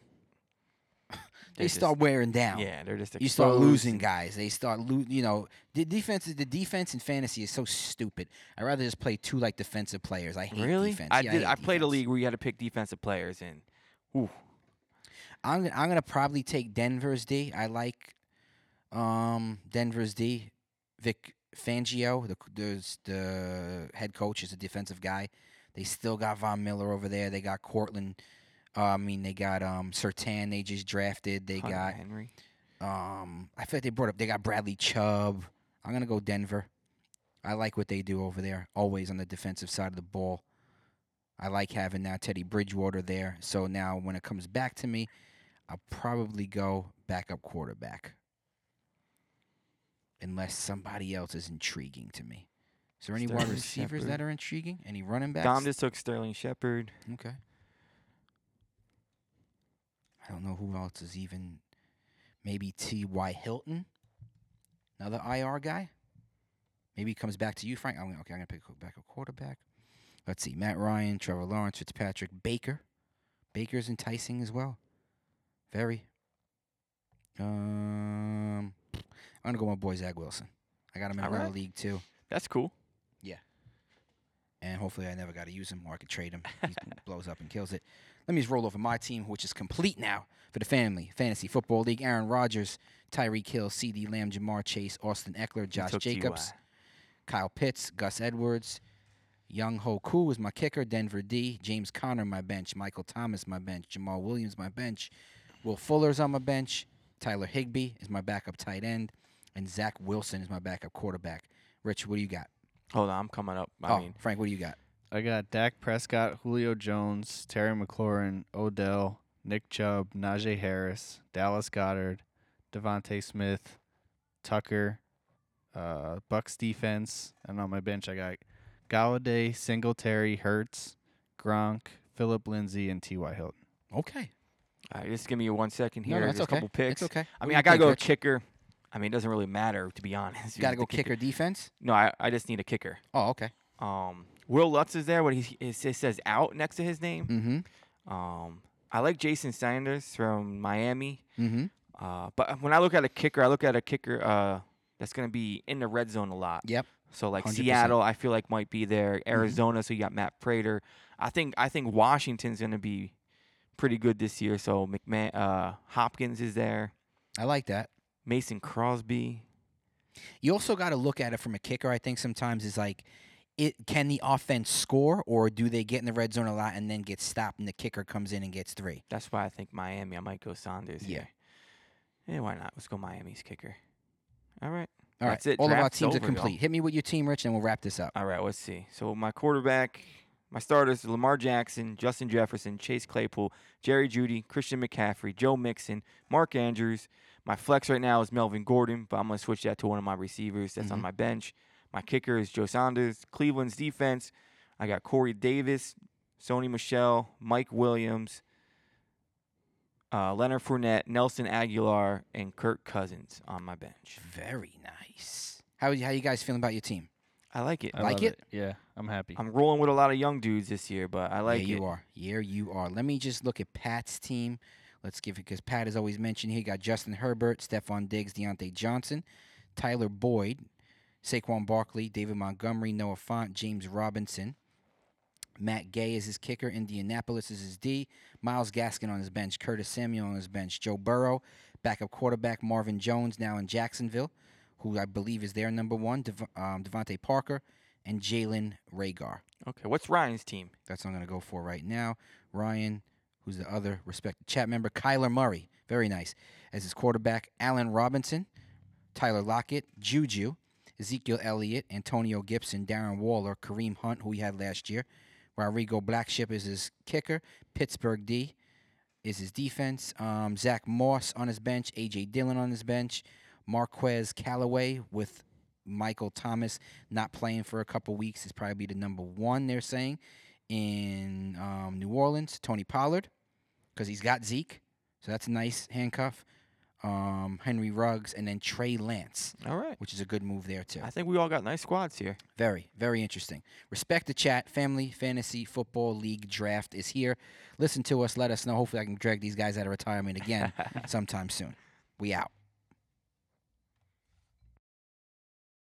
Speaker 1: They
Speaker 2: just-
Speaker 1: start wearing down.
Speaker 2: Yeah, they're just
Speaker 1: You start
Speaker 2: exposed
Speaker 1: losing
Speaker 2: and-
Speaker 1: guys. They start lo- you know, the defense is the defense in fantasy is so stupid. I'd rather just play two like defensive players. I hate
Speaker 2: Really?
Speaker 1: defense.
Speaker 2: I
Speaker 1: Yeah,
Speaker 2: did.
Speaker 1: hate
Speaker 2: I, played a
Speaker 1: defense.
Speaker 2: league where you had to pick defensive players, and ooh,
Speaker 1: I'm gonna, I'm gonna probably take Denver's D. I like um, Denver's D. Vic Fangio, the c- the, s- the head coach, is a defensive guy. They still got Von Miller over there. They got Cortland. Uh, I mean, they got um, Sertan. They just drafted. They
Speaker 2: Hunter
Speaker 1: got.
Speaker 2: Henry.
Speaker 1: Um, I feel like they brought up. They got Bradley Chubb. I'm gonna go Denver. I like what they do over there. Always on the defensive side of the ball. I like having now Teddy Bridgewater there. So now when it comes back to me, I'll probably go backup quarterback, unless somebody else is intriguing to me. Is there any wide
Speaker 2: Sterling
Speaker 1: receivers
Speaker 2: Shepard.
Speaker 1: that are intriguing? Any running backs?
Speaker 2: Dom just took Sterling Shepard.
Speaker 1: Okay. I don't know who else is even. Maybe T.Y. Hilton, another IR guy. Maybe he comes back to you, Frank. I'm gonna, okay. I'm gonna pick a back a quarterback. Let's see: Matt Ryan, Trevor Lawrence, Fitzpatrick, Baker. Baker's enticing as well. Very. Um, I'm gonna go with my boy Zach Wilson. I got him in
Speaker 2: All
Speaker 1: another
Speaker 2: right.
Speaker 1: league too,
Speaker 2: That's cool.
Speaker 1: and hopefully I never got to use him or I could trade him. He blows up and kills it. Let me just roll over my team, which is complete now for the family fantasy football league. Aaron Rodgers, Tyreek Hill, C.D. Lamb, Jamar Chase, Austin Eckler,
Speaker 2: He
Speaker 1: Josh
Speaker 2: took T.Y..
Speaker 1: Jacobs, Kyle Pitts, Gus Edwards, Young Ho Koo was my kicker, Denver D, James Conner my bench, Michael Thomas my bench, Jamal Williams my bench, Will Fuller's on my bench, Tyler Higbee is my backup tight end, and Zach Wilson is my backup quarterback. Rich, what do you got?
Speaker 2: Hold on, I'm coming up. I
Speaker 1: oh,
Speaker 2: mean,
Speaker 1: Frank, what do you got?
Speaker 3: I got Dak Prescott, Julio Jones, Terry McLaurin, Odell, Nick Chubb, Najee Harris, Dallas Goddard, Devontae Smith, Tucker, uh, Bucks defense, and on my bench I got Galladay, Singletary, Hertz, Gronk, Philip Lindsay, and T.Y. Hilton.
Speaker 1: Okay.
Speaker 2: All right, Uh, just give me one
Speaker 1: No,
Speaker 2: second here.
Speaker 1: no, that's
Speaker 2: just
Speaker 1: okay.
Speaker 2: a couple picks.
Speaker 1: It's okay.
Speaker 2: I
Speaker 1: What
Speaker 2: mean,
Speaker 1: do
Speaker 2: I
Speaker 1: you
Speaker 2: gotta
Speaker 1: think,
Speaker 2: go
Speaker 1: Rich?
Speaker 2: kicker. I mean, it doesn't really matter to be honest. You
Speaker 1: Gotta
Speaker 2: have
Speaker 1: go
Speaker 2: to kick
Speaker 1: kicker defense.
Speaker 2: it. No, I, I just need a kicker.
Speaker 1: Oh, okay.
Speaker 2: Um, Will Lutz is there. What he it says- says out next to his name.
Speaker 1: Mm-hmm.
Speaker 2: Um, I like Jason Sanders from Miami.
Speaker 1: Mm-hmm.
Speaker 2: Uh, but when I look at a kicker, I look at a kicker uh, that's going to be in the red zone a lot.
Speaker 1: Yep. Mm-hmm.
Speaker 2: So like
Speaker 1: 100%.
Speaker 2: Seattle, I feel like might be there. Arizona, so you got Matt Prater. I think I think Washington's going to be pretty good this year. So McMahon, uh, Hopkins is there.
Speaker 1: I like that.
Speaker 2: Mason Crosby.
Speaker 1: You also got to look at it from a kicker. I think sometimes is like, it can the offense score or do they get in the red zone a lot and then get stopped and the kicker comes in and gets three?
Speaker 2: That's why I think Miami. I might go Saunders.
Speaker 1: Yeah.
Speaker 2: here. Yeah. Why not? Let's go Miami's kicker. All right.
Speaker 1: All right,
Speaker 2: That's it.
Speaker 1: all of our
Speaker 2: Draft's
Speaker 1: teams are
Speaker 2: over, y'all.
Speaker 1: complete. Hit me with your team, Rich, and we'll wrap this up.
Speaker 2: All right, let's see. So my quarterback, my starters: Lamar Jackson, Justin Jefferson, Chase Claypool, Jerry Judy, Christian McCaffrey, Joe Mixon, Mark Andrews. My flex right now is Melvin Gordon, but I'm gonna switch that to one of my receivers that's on
Speaker 1: Mhm.
Speaker 2: my bench. My kicker is Joe Saunders. Cleveland's defense, I got Corey Davis, Sony Michelle, Mike Williams, uh, Leonard Fournette, Nelson Aguilar, and Kirk Cousins on my bench.
Speaker 1: Very nice. How how you guys feeling about your team?
Speaker 2: I like it.
Speaker 1: I Like
Speaker 3: love
Speaker 1: it?
Speaker 3: Yeah, I'm happy.
Speaker 2: I'm rolling with a lot of young dudes this year, but I like
Speaker 1: yeah,
Speaker 2: it.
Speaker 1: you are. Yeah, you are. Let me just look at Pat's team. Let's give it because Pat is always mentioned. He got Justin Herbert, Stephon Diggs, Deontay Johnson, Tyler Boyd, Saquon Barkley, David Montgomery, Noah Font, James Robinson. Matt Gay is his kicker. Indianapolis is his D. Miles Gaskin on his bench. Curtis Samuel on his bench. Joe Burrow, backup quarterback. Marvin Jones now in Jacksonville, who I believe is their number one. Dev- um, Devontae Parker and Jalen Rager.
Speaker 2: Okay, what's Ryan's team?
Speaker 1: That's what I'm going to go for right now. Ryan, who's the other respected chat member, Kyler Murray, very nice, as his quarterback, Allen Robinson, Tyler Lockett, Juju, Ezekiel Elliott, Antonio Gibson, Darren Waller, Kareem Hunt, who he had last year, Rodrigo Blackship is his kicker, Pittsburgh D is his defense, um, Zach Moss on his bench, A.J. Dillon on his bench, Marquez Callaway with Michael Thomas not playing for a couple weeks is probably the number one they're saying in um, New Orleans, Tony Pollard, because he's got Zeke. So that's a nice handcuff. Um, Henry Ruggs, and then Trey Lance,
Speaker 2: All right.
Speaker 1: which is a good move there, too.
Speaker 2: I think we all got nice squads here.
Speaker 1: Very, very interesting. Respect the chat. Family Fantasy Football League draft is here. Listen to us. Let us know. Hopefully, I can drag these guys out of retirement again sometime soon. We out.